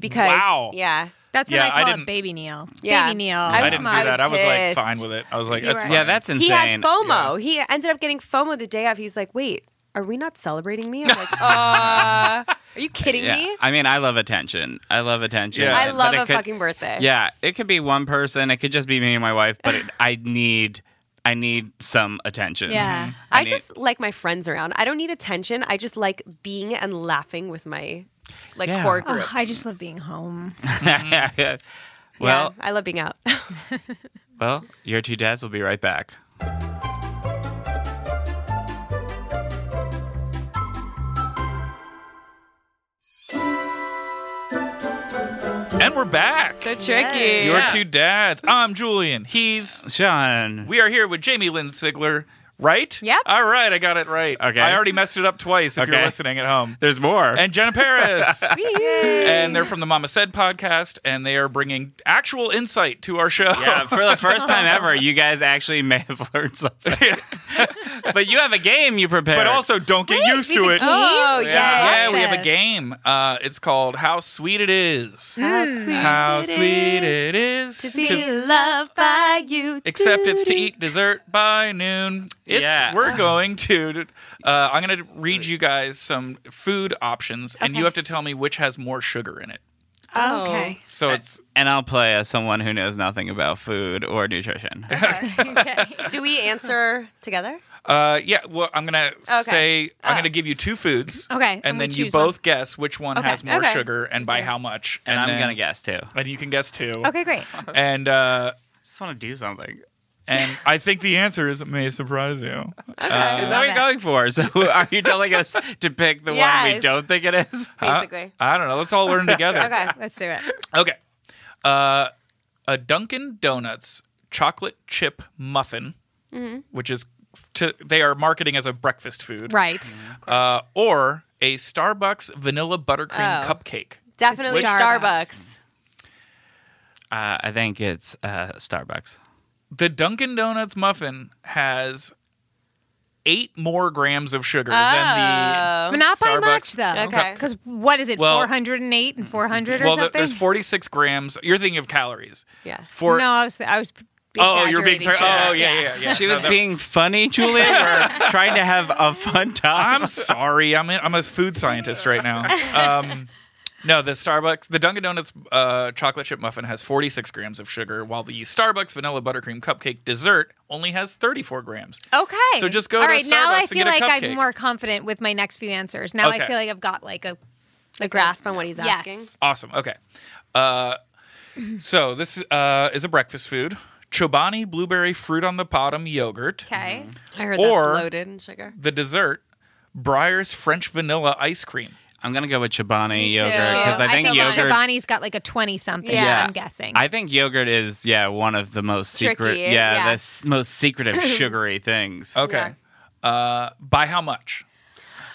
[SPEAKER 5] Because,
[SPEAKER 1] Wow.
[SPEAKER 5] yeah.
[SPEAKER 6] That's what
[SPEAKER 1] Yeah,
[SPEAKER 6] I
[SPEAKER 1] I
[SPEAKER 6] call
[SPEAKER 1] didn't-
[SPEAKER 6] it, baby Neil.
[SPEAKER 5] Yeah.
[SPEAKER 6] baby Neil.
[SPEAKER 5] I
[SPEAKER 1] I
[SPEAKER 5] was-
[SPEAKER 1] didn't do
[SPEAKER 5] I was
[SPEAKER 1] that. I was like
[SPEAKER 5] pissed.
[SPEAKER 1] fine with it. I was like,
[SPEAKER 6] You
[SPEAKER 1] that's
[SPEAKER 6] were-
[SPEAKER 1] fine.
[SPEAKER 2] yeah, that's insane.
[SPEAKER 5] He had FOMO. He ended up getting FOMO the day of. He's like, wait, are we not celebrating me? I'm like, uh, are you kidding
[SPEAKER 2] Yeah.
[SPEAKER 5] me?
[SPEAKER 2] I mean, I love attention. I love attention.
[SPEAKER 1] Yeah.
[SPEAKER 5] I
[SPEAKER 2] But
[SPEAKER 5] love
[SPEAKER 2] it
[SPEAKER 5] a
[SPEAKER 2] could-
[SPEAKER 5] fucking birthday.
[SPEAKER 2] Yeah, it could be one person. It could just be me and my wife. But it, I need I need some attention.
[SPEAKER 6] Yeah.
[SPEAKER 5] I,
[SPEAKER 2] need-
[SPEAKER 5] just like my friends around. I don't need attention. I just like being and laughing with my like
[SPEAKER 2] Yeah.
[SPEAKER 5] core group.
[SPEAKER 6] Oh, I just love being home.
[SPEAKER 2] well,
[SPEAKER 5] yeah, I love being out.
[SPEAKER 2] well, your two dads will be right back.
[SPEAKER 1] And we're back.
[SPEAKER 5] so
[SPEAKER 6] Yay.
[SPEAKER 5] tricky.
[SPEAKER 1] Your
[SPEAKER 2] Yeah.
[SPEAKER 1] two dads. I'm Julian. He's.
[SPEAKER 2] Sean,
[SPEAKER 1] We are here with Jamie Lynn Sigler, right?
[SPEAKER 6] Yep.
[SPEAKER 1] All right, I got it right.
[SPEAKER 2] Okay.
[SPEAKER 1] I already messed it up twice if you're
[SPEAKER 2] Okay.
[SPEAKER 1] listening at home.
[SPEAKER 2] there's more.
[SPEAKER 1] And Jenna Paris.
[SPEAKER 6] Yay.
[SPEAKER 1] and they're from the Mama Said podcast, and they are bringing actual insight to our show.
[SPEAKER 2] yeah, for the first time ever, you guys actually may have learned something. but you have a game you prepared.
[SPEAKER 1] but also don't get used
[SPEAKER 6] we
[SPEAKER 1] to
[SPEAKER 6] have a
[SPEAKER 1] it.
[SPEAKER 6] game?
[SPEAKER 5] Oh yeah.
[SPEAKER 1] yeah, we have a
[SPEAKER 6] this.
[SPEAKER 1] game. Uh, it's called How Sweet It Is.
[SPEAKER 5] How sweet,
[SPEAKER 1] How
[SPEAKER 5] it
[SPEAKER 1] sweet
[SPEAKER 5] is
[SPEAKER 1] it is
[SPEAKER 5] to be loved by you.
[SPEAKER 1] Except it's to eat dessert by noon. It's
[SPEAKER 2] Yeah.
[SPEAKER 1] we're going to. Uh, I'm going to read you guys some food options, and you have to tell me which has more sugar in it.
[SPEAKER 6] okay.
[SPEAKER 1] So it's
[SPEAKER 2] and I'll play as someone who knows nothing about food or nutrition.
[SPEAKER 5] Do we answer together?
[SPEAKER 1] uh, yeah. Well, I'm going to
[SPEAKER 5] Okay. Uh,
[SPEAKER 1] say I'm going to give you two foods.
[SPEAKER 6] Okay,
[SPEAKER 1] and,
[SPEAKER 6] and we
[SPEAKER 1] then you
[SPEAKER 6] choose one.
[SPEAKER 1] both guess which one has more
[SPEAKER 5] okay.
[SPEAKER 1] sugar and by how much.
[SPEAKER 2] and I'm
[SPEAKER 1] then-
[SPEAKER 2] gonna guess too. I
[SPEAKER 1] And you can guess two.
[SPEAKER 6] Okay, great.
[SPEAKER 1] And uh,
[SPEAKER 2] just want to do something.
[SPEAKER 1] and I think the answer is may surprise you.
[SPEAKER 2] Is that what you're
[SPEAKER 5] Uh, it.
[SPEAKER 2] going for? So are you telling us to pick the one we
[SPEAKER 5] Yes.
[SPEAKER 2] don't think it is?
[SPEAKER 5] Basically.
[SPEAKER 1] I don't know. Let's all learn together.
[SPEAKER 5] okay.
[SPEAKER 6] Let's do it.
[SPEAKER 1] Okay. Uh, a Dunkin' Donuts chocolate chip muffin, which is to, they are marketing as a breakfast food,
[SPEAKER 6] Right.
[SPEAKER 1] Uh, or a Starbucks vanilla buttercream
[SPEAKER 5] Oh.
[SPEAKER 1] cupcake.
[SPEAKER 5] Definitely
[SPEAKER 6] Starbucks.
[SPEAKER 5] Starbucks.
[SPEAKER 2] Uh, I think it's uh, Starbucks.
[SPEAKER 1] The Dunkin' Donuts muffin has eight more grams of sugar than
[SPEAKER 6] But not by
[SPEAKER 1] Starbucks.
[SPEAKER 6] much though.
[SPEAKER 5] Okay.
[SPEAKER 6] Because what is it?
[SPEAKER 1] Well-
[SPEAKER 6] four hundred and eight and four hundred
[SPEAKER 1] the.
[SPEAKER 6] or
[SPEAKER 1] Well, th-
[SPEAKER 6] something.
[SPEAKER 1] there's 46 grams. You're thinking of calories.
[SPEAKER 5] Yeah.
[SPEAKER 1] For
[SPEAKER 6] no, I was I was.
[SPEAKER 1] oh, you're being sorry.
[SPEAKER 6] exaggerating,
[SPEAKER 1] Oh,
[SPEAKER 6] sure.
[SPEAKER 1] yeah, yeah, yeah.
[SPEAKER 2] She
[SPEAKER 1] No,
[SPEAKER 2] was
[SPEAKER 1] no.
[SPEAKER 2] being funny, Julia, or trying to have a fun time.
[SPEAKER 1] I'm sorry. I'm in, I'm a food scientist right now. Um, no, the Starbucks, the Dunkin' Donuts uh, chocolate chip muffin has 46 grams of sugar, while the Starbucks vanilla buttercream cupcake dessert only has 34 grams.
[SPEAKER 6] Okay.
[SPEAKER 1] So just go
[SPEAKER 6] All
[SPEAKER 1] to
[SPEAKER 6] right, now
[SPEAKER 1] Starbucks
[SPEAKER 6] I
[SPEAKER 1] and
[SPEAKER 6] feel
[SPEAKER 1] get a
[SPEAKER 6] like
[SPEAKER 1] cupcake.
[SPEAKER 6] I'm more confident with my next few answers. Now
[SPEAKER 1] Okay.
[SPEAKER 6] I feel like I've got like a
[SPEAKER 5] The grasp on what he's
[SPEAKER 6] yes.
[SPEAKER 5] asking.
[SPEAKER 1] Awesome. Okay. Uh, so this uh, is a breakfast food. Chobani blueberry fruit on the bottom yogurt.
[SPEAKER 6] Okay.
[SPEAKER 2] Mm-hmm.
[SPEAKER 5] I heard
[SPEAKER 1] Or-
[SPEAKER 5] that's loaded in sugar.
[SPEAKER 1] The dessert, Breyer's French vanilla ice cream.
[SPEAKER 2] I'm gonna go with Chobani
[SPEAKER 5] Me
[SPEAKER 2] yogurt
[SPEAKER 5] too.
[SPEAKER 2] because I think
[SPEAKER 6] feel like
[SPEAKER 2] yogurt.
[SPEAKER 6] Chobani's got like a twenty something.
[SPEAKER 5] Yeah.
[SPEAKER 6] I'm guessing.
[SPEAKER 2] I think yogurt is yeah one of the most secret
[SPEAKER 5] Tricky,
[SPEAKER 2] yeah,
[SPEAKER 5] yeah.
[SPEAKER 2] the s- most secretive sugary things.
[SPEAKER 1] Okay. Uh, by how much?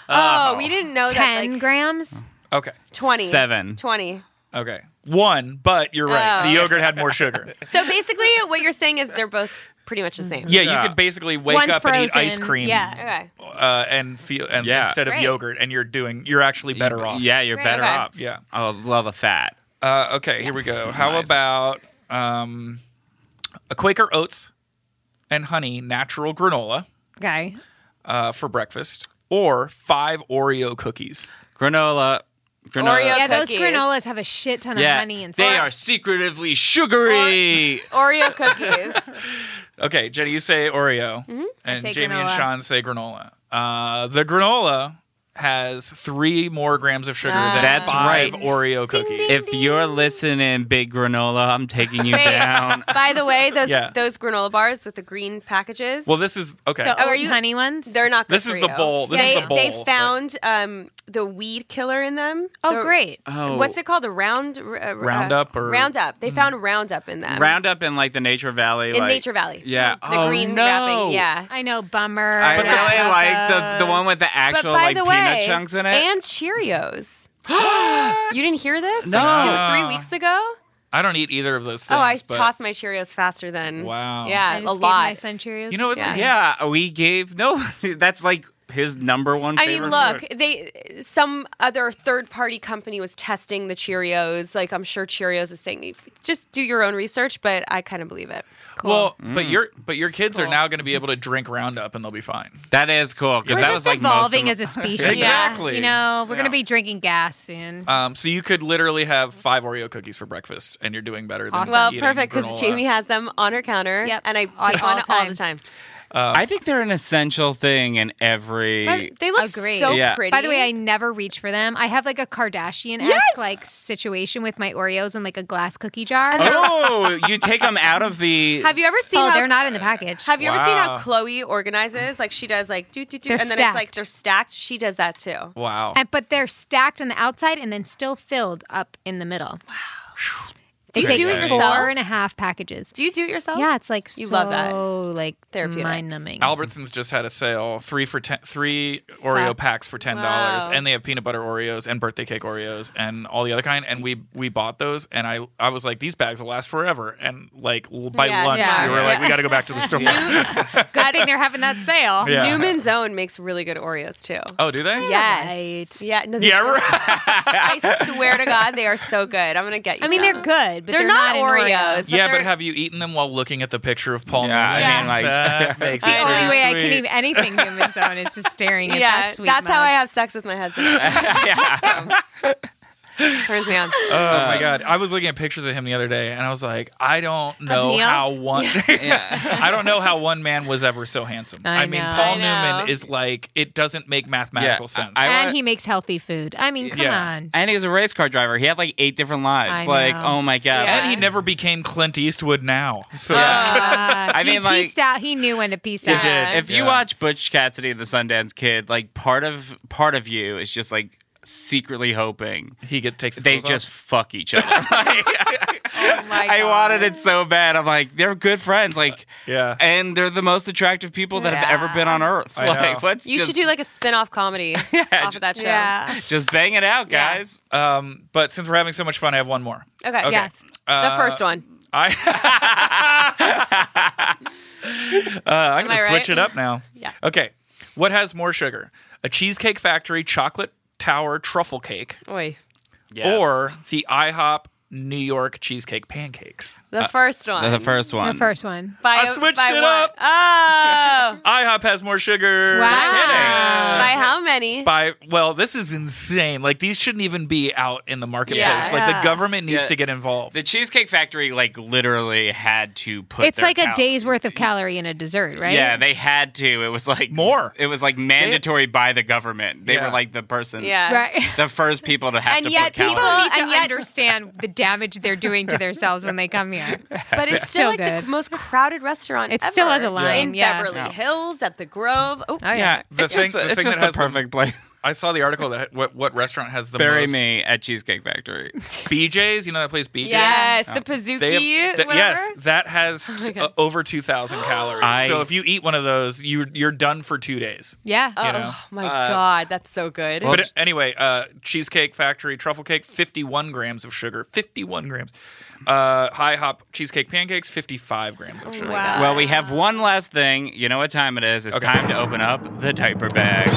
[SPEAKER 1] uh,
[SPEAKER 5] Oh, we didn't know that.
[SPEAKER 6] Ten
[SPEAKER 5] like,
[SPEAKER 6] grams.
[SPEAKER 1] Okay.
[SPEAKER 5] 20.
[SPEAKER 2] Seven.
[SPEAKER 5] 20.
[SPEAKER 1] Okay. One, but you're right.
[SPEAKER 5] Oh.
[SPEAKER 1] The yogurt had more sugar.
[SPEAKER 5] So basically, what you're saying is they're both pretty much the
[SPEAKER 6] Mm.
[SPEAKER 5] same.
[SPEAKER 1] Yeah,
[SPEAKER 2] Yeah.
[SPEAKER 1] you could basically wake
[SPEAKER 6] One's
[SPEAKER 1] up and eat
[SPEAKER 6] frozen.
[SPEAKER 1] ice cream,
[SPEAKER 6] Yeah.
[SPEAKER 5] Okay.
[SPEAKER 1] uh, and feel and
[SPEAKER 2] Yeah.
[SPEAKER 1] instead of
[SPEAKER 6] Great.
[SPEAKER 1] yogurt, and you're doing you're actually better off.
[SPEAKER 2] Yeah, you're
[SPEAKER 6] Right.
[SPEAKER 2] better
[SPEAKER 5] Okay.
[SPEAKER 2] off.
[SPEAKER 1] Yeah.
[SPEAKER 2] I love a fat.
[SPEAKER 1] Uh, okay, here we go. How
[SPEAKER 2] Nice.
[SPEAKER 1] about um, a Quaker oats and honey natural granola
[SPEAKER 6] Okay.
[SPEAKER 1] uh, for breakfast, or five Oreo cookies?
[SPEAKER 2] Granola. Granola.
[SPEAKER 5] Oreo
[SPEAKER 6] Yeah, those
[SPEAKER 5] Cookies.
[SPEAKER 6] granolas have a shit ton of
[SPEAKER 2] Yeah,
[SPEAKER 6] honey and
[SPEAKER 2] they
[SPEAKER 6] stuff.
[SPEAKER 2] are secretively sugary.
[SPEAKER 5] Oreo cookies.
[SPEAKER 1] Okay, Jenny, you say Oreo, and
[SPEAKER 6] Mm-hmm. say
[SPEAKER 1] Jamie and
[SPEAKER 6] granola.
[SPEAKER 1] Sean say granola. Uh, the granola has three more grams of sugar
[SPEAKER 6] Ah.
[SPEAKER 1] than
[SPEAKER 2] That's
[SPEAKER 1] five
[SPEAKER 2] right.
[SPEAKER 1] Oreo cookies.
[SPEAKER 2] if you're listening, Big Granola, I'm taking you down.
[SPEAKER 5] By the way, those
[SPEAKER 1] Yeah.
[SPEAKER 5] those granola bars with the green packages,
[SPEAKER 1] Well, this is okay.
[SPEAKER 6] The
[SPEAKER 5] Oh, are
[SPEAKER 6] oat
[SPEAKER 5] you-
[SPEAKER 6] honey ones.
[SPEAKER 5] they're not good
[SPEAKER 1] This is
[SPEAKER 5] for
[SPEAKER 1] the
[SPEAKER 5] you.
[SPEAKER 1] bowl. This
[SPEAKER 5] they,
[SPEAKER 1] is the bowl.
[SPEAKER 5] They found um, the weed killer in them.
[SPEAKER 6] oh,
[SPEAKER 5] The-
[SPEAKER 6] great.
[SPEAKER 2] Oh,
[SPEAKER 5] What's it called? The round uh, uh,
[SPEAKER 1] Roundup or-
[SPEAKER 5] Roundup.
[SPEAKER 6] Mm.
[SPEAKER 5] They found Roundup in them.
[SPEAKER 2] Roundup Oh, in like the Nature Valley.
[SPEAKER 5] in
[SPEAKER 2] like-
[SPEAKER 5] Nature Valley.
[SPEAKER 2] Yeah.
[SPEAKER 5] The
[SPEAKER 2] Oh,
[SPEAKER 5] green
[SPEAKER 2] no.
[SPEAKER 5] wrapping. Yeah.
[SPEAKER 6] I know, bummer.
[SPEAKER 2] I
[SPEAKER 6] Yeah.
[SPEAKER 2] really like the, the one with the
[SPEAKER 5] But
[SPEAKER 2] actual
[SPEAKER 5] by
[SPEAKER 2] like
[SPEAKER 5] the
[SPEAKER 2] peanut
[SPEAKER 5] way,
[SPEAKER 2] chunks in it.
[SPEAKER 5] and Cheerios. you didn't hear this?
[SPEAKER 2] No.
[SPEAKER 5] Like two, three weeks ago.
[SPEAKER 1] I don't eat either of those things.
[SPEAKER 5] oh, I
[SPEAKER 1] but-
[SPEAKER 5] tossed my Cheerios faster than.
[SPEAKER 1] Wow.
[SPEAKER 6] I
[SPEAKER 5] Yeah,
[SPEAKER 6] just
[SPEAKER 5] a
[SPEAKER 6] gave
[SPEAKER 5] lot.
[SPEAKER 6] My son Cheerios
[SPEAKER 1] You know,
[SPEAKER 6] this
[SPEAKER 1] it's-
[SPEAKER 5] Yeah.
[SPEAKER 2] yeah, we gave no. That's like his number one.
[SPEAKER 5] I mean,
[SPEAKER 2] favorite
[SPEAKER 5] look,
[SPEAKER 2] food.
[SPEAKER 5] they some other third party company was testing the Cheerios. Like I'm sure Cheerios is saying, just do your own research, but I kind of believe it.
[SPEAKER 1] Well, but
[SPEAKER 2] Mm.
[SPEAKER 1] your but your kids are now going to be able to drink Roundup and they'll be fine.
[SPEAKER 2] that is cool
[SPEAKER 6] We're
[SPEAKER 2] because that
[SPEAKER 6] just
[SPEAKER 2] was like
[SPEAKER 6] evolving
[SPEAKER 2] most of,
[SPEAKER 6] as a species.
[SPEAKER 1] Exactly.
[SPEAKER 6] You know, we're gonna be drinking gas soon.
[SPEAKER 1] Um, so you could literally have five Oreo cookies for breakfast, and you're doing better. Than
[SPEAKER 6] Awesome.
[SPEAKER 5] Well,
[SPEAKER 1] eating
[SPEAKER 5] perfect
[SPEAKER 1] granola.
[SPEAKER 5] because Jamie has them on her counter,
[SPEAKER 6] Yep.
[SPEAKER 5] and I
[SPEAKER 6] On
[SPEAKER 5] take
[SPEAKER 6] all
[SPEAKER 5] one all the
[SPEAKER 6] times.
[SPEAKER 5] time.
[SPEAKER 2] I think they're an essential thing in every.
[SPEAKER 5] But they look
[SPEAKER 6] Agreed.
[SPEAKER 5] so
[SPEAKER 2] Yeah.
[SPEAKER 5] pretty.
[SPEAKER 6] By the way, I never reach for them. I have like a Kardashian esque
[SPEAKER 5] Yes!
[SPEAKER 6] like situation with my Oreos in like a glass cookie jar.
[SPEAKER 2] oh, you take them out of the.
[SPEAKER 5] have you ever seen?
[SPEAKER 6] oh,
[SPEAKER 5] how,
[SPEAKER 6] they're not in the package.
[SPEAKER 5] Have you ever seen how
[SPEAKER 1] Wow.
[SPEAKER 5] Chloe organizes? Like she does, like do do do,
[SPEAKER 6] They're
[SPEAKER 5] and then it's like
[SPEAKER 6] stacked.
[SPEAKER 5] they're stacked. She does that too.
[SPEAKER 1] Wow.
[SPEAKER 6] And, but they're stacked on the outside and then still filled up in the middle. Wow.
[SPEAKER 5] Do
[SPEAKER 6] It
[SPEAKER 5] you
[SPEAKER 6] takes
[SPEAKER 5] do it
[SPEAKER 6] four
[SPEAKER 5] yourself?
[SPEAKER 6] and a half packages.
[SPEAKER 5] Do you do it yourself?
[SPEAKER 6] Yeah, it's like
[SPEAKER 5] You
[SPEAKER 6] so
[SPEAKER 5] love that.
[SPEAKER 6] like
[SPEAKER 5] Therapeutic.
[SPEAKER 6] mind numbing.
[SPEAKER 1] Albertsons just had a sale three for ten, three Oreo
[SPEAKER 6] Fuck.
[SPEAKER 1] packs for ten dollars,
[SPEAKER 5] Wow.
[SPEAKER 1] and they have peanut butter Oreos and birthday cake Oreos and all the other kind. And we we bought those, and I I was like, these bags will last forever. And like l- by
[SPEAKER 5] Yeah,
[SPEAKER 1] lunch,
[SPEAKER 6] yeah.
[SPEAKER 1] we were like,
[SPEAKER 6] Yeah.
[SPEAKER 1] we got to go back to the store.
[SPEAKER 6] Good thing they're having that sale.
[SPEAKER 1] Yeah.
[SPEAKER 5] Newman's Own makes really good Oreos too.
[SPEAKER 1] Oh, do they?
[SPEAKER 5] Yes.
[SPEAKER 6] Right.
[SPEAKER 5] Yeah. No, they-
[SPEAKER 1] Yeah. Right.
[SPEAKER 5] I swear to God, they are so good. I'm gonna get you.
[SPEAKER 6] I mean,
[SPEAKER 5] some.
[SPEAKER 6] they're good, but
[SPEAKER 5] They're
[SPEAKER 6] they're,
[SPEAKER 5] not
[SPEAKER 6] in
[SPEAKER 5] Oreos. But
[SPEAKER 1] yeah,
[SPEAKER 5] they're-
[SPEAKER 1] but have you eaten them while looking at the picture of Paul?
[SPEAKER 2] Yeah, I
[SPEAKER 1] Newman?
[SPEAKER 2] mean, like-
[SPEAKER 1] that makes
[SPEAKER 6] The
[SPEAKER 5] I
[SPEAKER 1] it
[SPEAKER 5] know.
[SPEAKER 6] only
[SPEAKER 1] pretty
[SPEAKER 6] way I can
[SPEAKER 1] sweet.
[SPEAKER 6] eat anything Newman's Own is just staring at
[SPEAKER 5] Yeah,
[SPEAKER 6] that sweet
[SPEAKER 5] that's how
[SPEAKER 6] mug.
[SPEAKER 5] I have sex with my husband. So, turns me on.
[SPEAKER 1] Oh
[SPEAKER 2] Um,
[SPEAKER 1] my god! I was looking at pictures of him the other day, and I was like, I don't know
[SPEAKER 6] Neil?
[SPEAKER 1] how one.
[SPEAKER 2] Yeah.
[SPEAKER 1] I don't know how one man was ever so handsome. I,
[SPEAKER 6] I
[SPEAKER 1] mean,
[SPEAKER 6] know.
[SPEAKER 1] Paul
[SPEAKER 5] I know.
[SPEAKER 1] Newman is like it doesn't make mathematical
[SPEAKER 2] Yeah, I-
[SPEAKER 1] sense.
[SPEAKER 2] I-
[SPEAKER 6] and
[SPEAKER 2] wanna-
[SPEAKER 6] he makes healthy food. I mean, come
[SPEAKER 1] Yeah.
[SPEAKER 6] on.
[SPEAKER 2] And he was a race car driver. He had like eight different lives.
[SPEAKER 6] I
[SPEAKER 2] like,
[SPEAKER 6] know.
[SPEAKER 2] oh my god.
[SPEAKER 1] and he never became Clint Eastwood now. So that's good.
[SPEAKER 6] Uh,
[SPEAKER 2] I
[SPEAKER 6] he
[SPEAKER 2] mean, like-
[SPEAKER 6] pieced out. He knew when to piece
[SPEAKER 1] He
[SPEAKER 6] out.
[SPEAKER 1] did.
[SPEAKER 2] if you
[SPEAKER 1] Yeah.
[SPEAKER 2] watch Butch Cassidy and the Sundance Kid, like part of part of you is just like secretly hoping
[SPEAKER 1] he get takes. his
[SPEAKER 2] they
[SPEAKER 1] clothes
[SPEAKER 2] just
[SPEAKER 1] off.
[SPEAKER 2] fuck each other. Like,
[SPEAKER 6] Oh my
[SPEAKER 2] I wanted
[SPEAKER 6] God.
[SPEAKER 2] it so bad. I'm like, they're good friends. Like,
[SPEAKER 1] Yeah.
[SPEAKER 2] and they're the most attractive people that have
[SPEAKER 6] Yeah.
[SPEAKER 2] ever been on Earth.
[SPEAKER 1] I
[SPEAKER 2] like,
[SPEAKER 1] know.
[SPEAKER 2] what's
[SPEAKER 5] You
[SPEAKER 2] just,
[SPEAKER 5] should do like a spin-off comedy off of that show.
[SPEAKER 6] Yeah.
[SPEAKER 2] just bang it out,
[SPEAKER 5] Yeah.
[SPEAKER 2] guys.
[SPEAKER 1] Um, but since we're having so much fun, I have one more.
[SPEAKER 5] Okay.
[SPEAKER 6] Yes.
[SPEAKER 1] uh,
[SPEAKER 5] The first one.
[SPEAKER 1] I. Uh, I'm
[SPEAKER 5] I
[SPEAKER 1] gonna
[SPEAKER 5] right?
[SPEAKER 1] switch it up now.
[SPEAKER 5] Yeah.
[SPEAKER 1] Okay. What has more sugar? A cheesecake factory chocolate tower truffle cake,
[SPEAKER 5] Oi.
[SPEAKER 2] Yes.
[SPEAKER 1] or the IHOP New York cheesecake pancakes?
[SPEAKER 5] The first one.
[SPEAKER 2] the first one.
[SPEAKER 6] The first one.
[SPEAKER 5] By,
[SPEAKER 1] uh, I switched
[SPEAKER 5] by
[SPEAKER 1] it
[SPEAKER 5] what?
[SPEAKER 1] up.
[SPEAKER 5] Oh.
[SPEAKER 1] IHOP has more sugar. Uh,
[SPEAKER 6] Wow.
[SPEAKER 5] by how many?
[SPEAKER 1] by well this is insane like these shouldn't even be out in the marketplace
[SPEAKER 5] Yeah.
[SPEAKER 1] like
[SPEAKER 6] Yeah.
[SPEAKER 1] the government needs
[SPEAKER 2] Yeah.
[SPEAKER 1] to get involved
[SPEAKER 2] The Cheesecake Factory, like, literally had to put.
[SPEAKER 6] It's
[SPEAKER 2] their
[SPEAKER 6] like a
[SPEAKER 2] cal-
[SPEAKER 6] day's worth of calorie in a dessert, right?
[SPEAKER 2] Yeah, they had to. It was like
[SPEAKER 1] More.
[SPEAKER 2] It was like mandatory by the government. They
[SPEAKER 1] Yeah.
[SPEAKER 2] were like the person.
[SPEAKER 5] Yeah.
[SPEAKER 6] Right.
[SPEAKER 2] The first people to have
[SPEAKER 5] And
[SPEAKER 2] to put
[SPEAKER 5] yet
[SPEAKER 2] calories.
[SPEAKER 5] people-
[SPEAKER 6] People need
[SPEAKER 5] and
[SPEAKER 6] to
[SPEAKER 5] yet-
[SPEAKER 6] understand the damage they're doing to themselves when they come here.
[SPEAKER 5] But it's still
[SPEAKER 6] Still
[SPEAKER 5] like
[SPEAKER 6] good.
[SPEAKER 5] the most crowded restaurant
[SPEAKER 6] It
[SPEAKER 5] ever.
[SPEAKER 6] still has a line,
[SPEAKER 5] In
[SPEAKER 6] yeah.
[SPEAKER 5] Beverly
[SPEAKER 2] Yeah.
[SPEAKER 5] Hills, at the Grove. Oh,
[SPEAKER 6] Oh, yeah.
[SPEAKER 2] yeah,
[SPEAKER 1] The
[SPEAKER 2] it's
[SPEAKER 1] thing-
[SPEAKER 2] just,
[SPEAKER 1] the
[SPEAKER 2] it's
[SPEAKER 1] thing
[SPEAKER 2] just
[SPEAKER 1] that
[SPEAKER 2] the
[SPEAKER 1] has them-
[SPEAKER 2] perfect place.
[SPEAKER 1] i saw the article that what, what restaurant has the
[SPEAKER 2] Bury
[SPEAKER 1] most
[SPEAKER 2] me at Cheesecake Factory.
[SPEAKER 1] bjs you know that place bjs
[SPEAKER 5] Yes, the
[SPEAKER 1] They have-
[SPEAKER 5] Pazuki.
[SPEAKER 1] that- yes,
[SPEAKER 5] whatever. Oh
[SPEAKER 1] that has uh, over two thousand calories.
[SPEAKER 2] I-
[SPEAKER 1] so if you eat one of those, you you're done for two days.
[SPEAKER 6] Yeah.
[SPEAKER 5] Oh
[SPEAKER 1] you know. uh,
[SPEAKER 5] my God, that's so good.
[SPEAKER 1] but anyway, uh, Cheesecake Factory truffle cake, fifty-one grams of sugar, fifty-one grams. Uh, high hop cheesecake pancakes, fifty-five grams of sugar.
[SPEAKER 6] Wow.
[SPEAKER 2] Well, we have one last thing. You know what time it is? It's
[SPEAKER 1] Okay.
[SPEAKER 2] time to open up the diaper bag.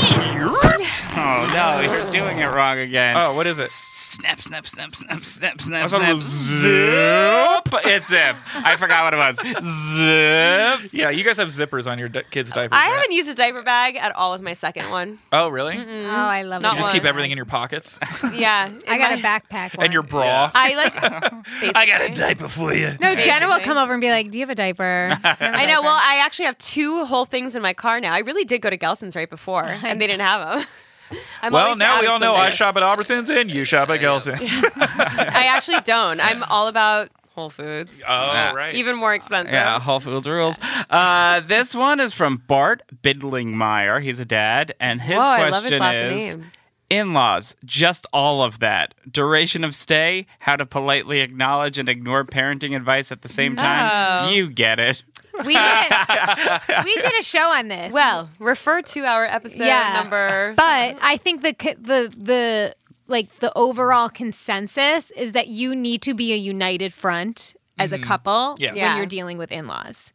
[SPEAKER 2] oh no, he's doing it wrong again.
[SPEAKER 1] Oh, what is it?
[SPEAKER 2] Snap, snap, snap, snap, snap, snap,
[SPEAKER 1] I thought it
[SPEAKER 2] snap.
[SPEAKER 1] was zip.
[SPEAKER 2] But It's zip. I forgot what it was. Zip.
[SPEAKER 1] Yeah, you guys have zippers on your di- kids' diapers.
[SPEAKER 5] I
[SPEAKER 1] right?
[SPEAKER 5] haven't e- used a diaper bag at all with my second one.
[SPEAKER 1] Oh, really?
[SPEAKER 6] Oh, I love
[SPEAKER 5] Not
[SPEAKER 6] it.
[SPEAKER 1] You just
[SPEAKER 5] one.
[SPEAKER 1] keep everything in your pockets
[SPEAKER 5] Yeah,
[SPEAKER 6] I got
[SPEAKER 5] my-
[SPEAKER 6] a backpack one.
[SPEAKER 1] and your bra.
[SPEAKER 5] I like.
[SPEAKER 1] I got a
[SPEAKER 5] basically.
[SPEAKER 1] diaper for you.
[SPEAKER 6] No, Jenna will
[SPEAKER 5] Basically.
[SPEAKER 6] come over and be like, "Do you have a diaper?"
[SPEAKER 5] I know. Well, I actually have two whole things in my car now. I really did go to Gelson's right before, and they didn't have them. I'm
[SPEAKER 1] Well,
[SPEAKER 5] always
[SPEAKER 1] now
[SPEAKER 5] out
[SPEAKER 1] we
[SPEAKER 5] of
[SPEAKER 1] all know I
[SPEAKER 5] something.
[SPEAKER 1] shop at Albertsons and you shop at Gelson's.
[SPEAKER 5] I actually don't. I'm all about Whole Foods.
[SPEAKER 1] oh, right.
[SPEAKER 5] Even more expensive.
[SPEAKER 2] Yeah, Whole Foods rules. Uh, this one is from Bart Bidlingmeyer. He's a dad, and his
[SPEAKER 5] Whoa, Oh, I
[SPEAKER 2] question
[SPEAKER 5] love his last
[SPEAKER 2] is:
[SPEAKER 5] name.
[SPEAKER 2] In-laws, just all of that. Duration of stay, how to politely acknowledge and ignore parenting advice at the same time.
[SPEAKER 5] No.
[SPEAKER 2] You get it.
[SPEAKER 6] we did a, we did a show on this.
[SPEAKER 5] Well, refer to our episode number.
[SPEAKER 6] But I think the co- the the like the overall consensus is that you need to be a united front as a couple
[SPEAKER 1] Yes.
[SPEAKER 6] when
[SPEAKER 5] Yeah.
[SPEAKER 6] you're dealing with in-laws,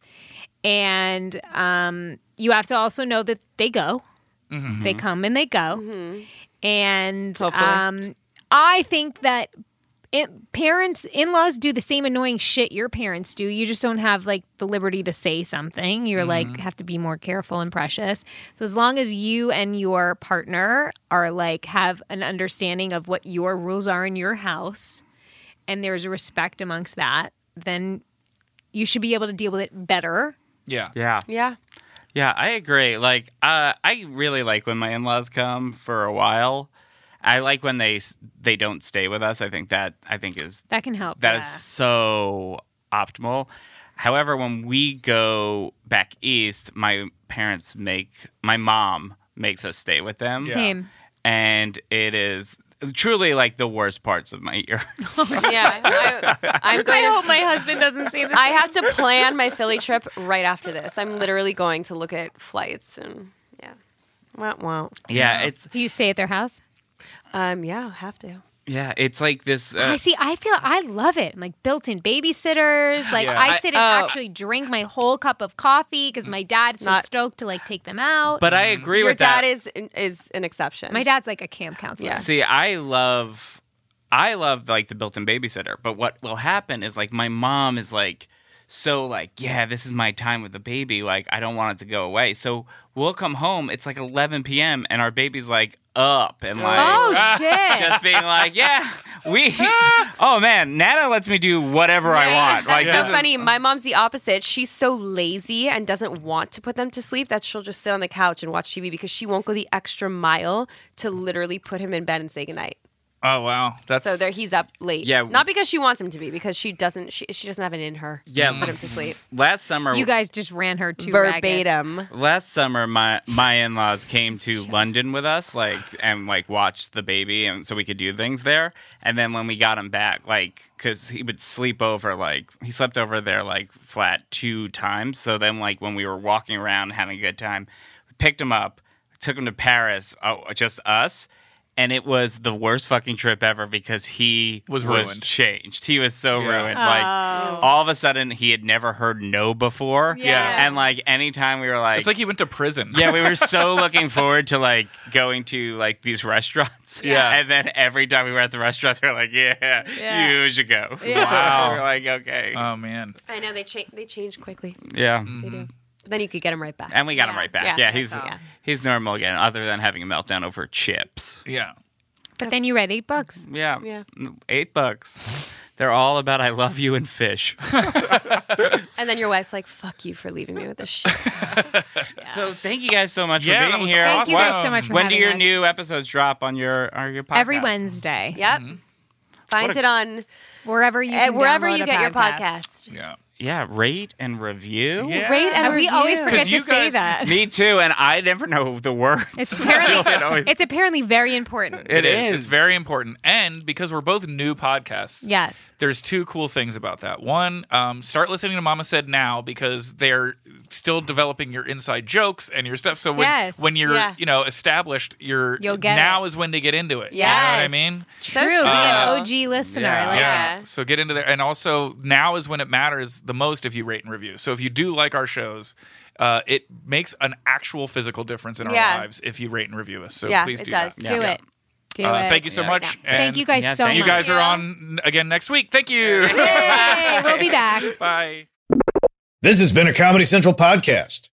[SPEAKER 6] and um, you have to also know that they go. They
[SPEAKER 2] Mm-hmm.
[SPEAKER 6] come and they go. And
[SPEAKER 7] Hopefully.
[SPEAKER 6] um, I think that it, parents, in laws do the same annoying shit your parents do. You just don't have like the liberty to say something. You're
[SPEAKER 2] Mm-hmm.
[SPEAKER 6] like, have to be more careful and precious. So, as long as you and your partner are like, have an understanding of what your rules are in your house and there's respect amongst that, then you should be able to deal with it better.
[SPEAKER 1] Yeah.
[SPEAKER 8] Yeah.
[SPEAKER 5] Yeah.
[SPEAKER 2] Yeah, I agree. Like, uh, I really like when my in-laws come for a while. I like when they s- they don't stay with us. I think that I think is
[SPEAKER 6] That can help.
[SPEAKER 2] that is
[SPEAKER 6] yeah.
[SPEAKER 2] so optimal. However, when we go back east, my parents make my mom makes us stay with them.
[SPEAKER 6] same.
[SPEAKER 2] And it is truly like the worst parts of my year.
[SPEAKER 5] Yeah. I, I'm
[SPEAKER 6] Oh I
[SPEAKER 5] going to
[SPEAKER 6] hope my husband doesn't say this.
[SPEAKER 5] I have to plan my Philly trip right after this. I'm literally going to look at flights and yeah. Wow, wow.
[SPEAKER 2] yeah, it's
[SPEAKER 6] Do you stay at their house?
[SPEAKER 5] Um, yeah, have to.
[SPEAKER 2] yeah, it's like this uh,
[SPEAKER 6] I see. I feel I love it. I'm like built-in babysitters. Like
[SPEAKER 1] Yeah.
[SPEAKER 6] I,
[SPEAKER 1] I-
[SPEAKER 6] sit and
[SPEAKER 5] oh.
[SPEAKER 6] actually drink my whole cup of coffee because my dad's so
[SPEAKER 5] Not-
[SPEAKER 6] stoked to like take them out.
[SPEAKER 2] but I agree
[SPEAKER 5] Your
[SPEAKER 2] with that.
[SPEAKER 5] dad is is an exception.
[SPEAKER 6] my dad's like a camp counselor.
[SPEAKER 5] Yeah.
[SPEAKER 2] See, I love, I love like the built-in babysitter. But what will happen is like my mom is like so like yeah, this is my time with the baby. Like I don't want it to go away. So we'll come home. It's like 11 p.m. and our baby's like up and like.
[SPEAKER 6] Oh shit!
[SPEAKER 2] Just being like, yeah, we. Oh man, Nana lets me do whatever I want. Like,
[SPEAKER 5] That's
[SPEAKER 2] this
[SPEAKER 5] so
[SPEAKER 2] is-
[SPEAKER 5] funny. My mom's the opposite. She's so lazy and doesn't want to put them to sleep that she'll just sit on the couch and watch TV because she won't go the extra mile to literally put him in bed and say goodnight.
[SPEAKER 1] Oh wow. That's
[SPEAKER 5] So there he's up late.
[SPEAKER 2] Yeah.
[SPEAKER 5] Not because she wants him to be, because she doesn't she, she doesn't have it in her.
[SPEAKER 2] Yeah.
[SPEAKER 5] To put him to sleep.
[SPEAKER 2] last summer,
[SPEAKER 6] you guys just ran her too ragged.
[SPEAKER 5] Verbatim.
[SPEAKER 2] Last summer, my my in laws came to London with us, like and like watched the baby, and so we could do things there. And then when we got him back, like because he would sleep over, like he slept over there like flat two times. So then, like when we were walking around having a good time, we picked him up, took him to Paris, uh, just us. And it was the worst fucking trip ever because he
[SPEAKER 1] Was ruined.
[SPEAKER 2] changed. He was so
[SPEAKER 1] Yeah.
[SPEAKER 2] ruined. Like all of a sudden, he had never heard no before.
[SPEAKER 6] Yes.
[SPEAKER 2] And like anytime we were like,
[SPEAKER 1] it's like he went to prison.
[SPEAKER 2] yeah, we were so looking forward to like going to like these restaurants.
[SPEAKER 1] Yeah.
[SPEAKER 2] And then every time we were at the restaurant, they were like, yeah,
[SPEAKER 6] Yeah.
[SPEAKER 2] you should go.
[SPEAKER 6] Yeah.
[SPEAKER 1] Wow.
[SPEAKER 2] we were like, okay.
[SPEAKER 1] Oh man.
[SPEAKER 5] I know they change they change quickly.
[SPEAKER 2] yeah.
[SPEAKER 1] mm.
[SPEAKER 5] They do. Then you could get him right back.
[SPEAKER 2] And we got him
[SPEAKER 6] Yeah.
[SPEAKER 2] right back.
[SPEAKER 5] Yeah.
[SPEAKER 2] Yeah, he's
[SPEAKER 5] Yeah.
[SPEAKER 2] he's normal again, other than having a meltdown over chips.
[SPEAKER 1] Yeah.
[SPEAKER 6] But then you read eight books.
[SPEAKER 2] Yeah. Mm,
[SPEAKER 5] Yeah.
[SPEAKER 2] Eight bucks. They're all about I love you and fish.
[SPEAKER 5] And then your wife's like, "Fuck you for leaving me with this shit."
[SPEAKER 2] So thank you guys so much
[SPEAKER 1] Yeah, that
[SPEAKER 2] for being
[SPEAKER 1] was
[SPEAKER 2] here.
[SPEAKER 6] Thank you guys
[SPEAKER 1] Awesome.
[SPEAKER 6] so much for
[SPEAKER 2] When do
[SPEAKER 6] having
[SPEAKER 2] your
[SPEAKER 6] us.
[SPEAKER 2] new episodes drop on your on your podcast?
[SPEAKER 6] every Wednesday
[SPEAKER 5] Yep. Find it on
[SPEAKER 6] wherever you
[SPEAKER 5] eh,
[SPEAKER 6] can
[SPEAKER 5] wherever
[SPEAKER 6] download
[SPEAKER 5] you
[SPEAKER 6] a
[SPEAKER 5] get your
[SPEAKER 6] podcast.
[SPEAKER 5] podcast.
[SPEAKER 1] Yeah.
[SPEAKER 2] Yeah, rate and review.
[SPEAKER 1] Yeah.
[SPEAKER 5] Rate and
[SPEAKER 6] And we always
[SPEAKER 5] review.
[SPEAKER 6] forget
[SPEAKER 1] 'Cause
[SPEAKER 6] to
[SPEAKER 1] you
[SPEAKER 6] say
[SPEAKER 1] guys-
[SPEAKER 6] that.
[SPEAKER 2] Me too, and I never know the words.
[SPEAKER 6] It's
[SPEAKER 2] Julian
[SPEAKER 6] apparently
[SPEAKER 2] always-
[SPEAKER 6] it's apparently very important.
[SPEAKER 1] it is.
[SPEAKER 2] is.
[SPEAKER 1] It's very important. And because we're both new podcasts,
[SPEAKER 6] Yes.
[SPEAKER 1] there's two cool things about that. One, um, start listening to Mama Said now because they're still developing your inside jokes and your stuff. So when
[SPEAKER 6] Yes.
[SPEAKER 1] when you're
[SPEAKER 5] Yeah.
[SPEAKER 1] you know established, you're
[SPEAKER 6] You'll get
[SPEAKER 1] now
[SPEAKER 6] it.
[SPEAKER 1] is when to get into it. You know what I
[SPEAKER 5] Yes.
[SPEAKER 1] mean?
[SPEAKER 5] So
[SPEAKER 6] True. Be an
[SPEAKER 5] true.
[SPEAKER 6] OG listener. I
[SPEAKER 2] Yeah.
[SPEAKER 6] like that.
[SPEAKER 5] Yeah.
[SPEAKER 1] So get into there. And also, now is when it matters the most if you rate and review. So if you do like our shows, uh, it makes an actual physical difference in our
[SPEAKER 5] Yeah.
[SPEAKER 1] lives if you rate and review us. So
[SPEAKER 5] Yeah,
[SPEAKER 1] please
[SPEAKER 5] it
[SPEAKER 1] do
[SPEAKER 5] does.
[SPEAKER 1] that.
[SPEAKER 6] Do it. Do
[SPEAKER 1] Uh,
[SPEAKER 6] it.
[SPEAKER 1] Thank you so
[SPEAKER 2] Yeah.
[SPEAKER 1] much. And
[SPEAKER 6] Thank you guys
[SPEAKER 2] Yeah,
[SPEAKER 6] so much.
[SPEAKER 2] thank
[SPEAKER 1] You guys are on again next week. Thank you.
[SPEAKER 6] Yay! We'll be back.
[SPEAKER 1] Bye.
[SPEAKER 3] This has been a Comedy Central podcast.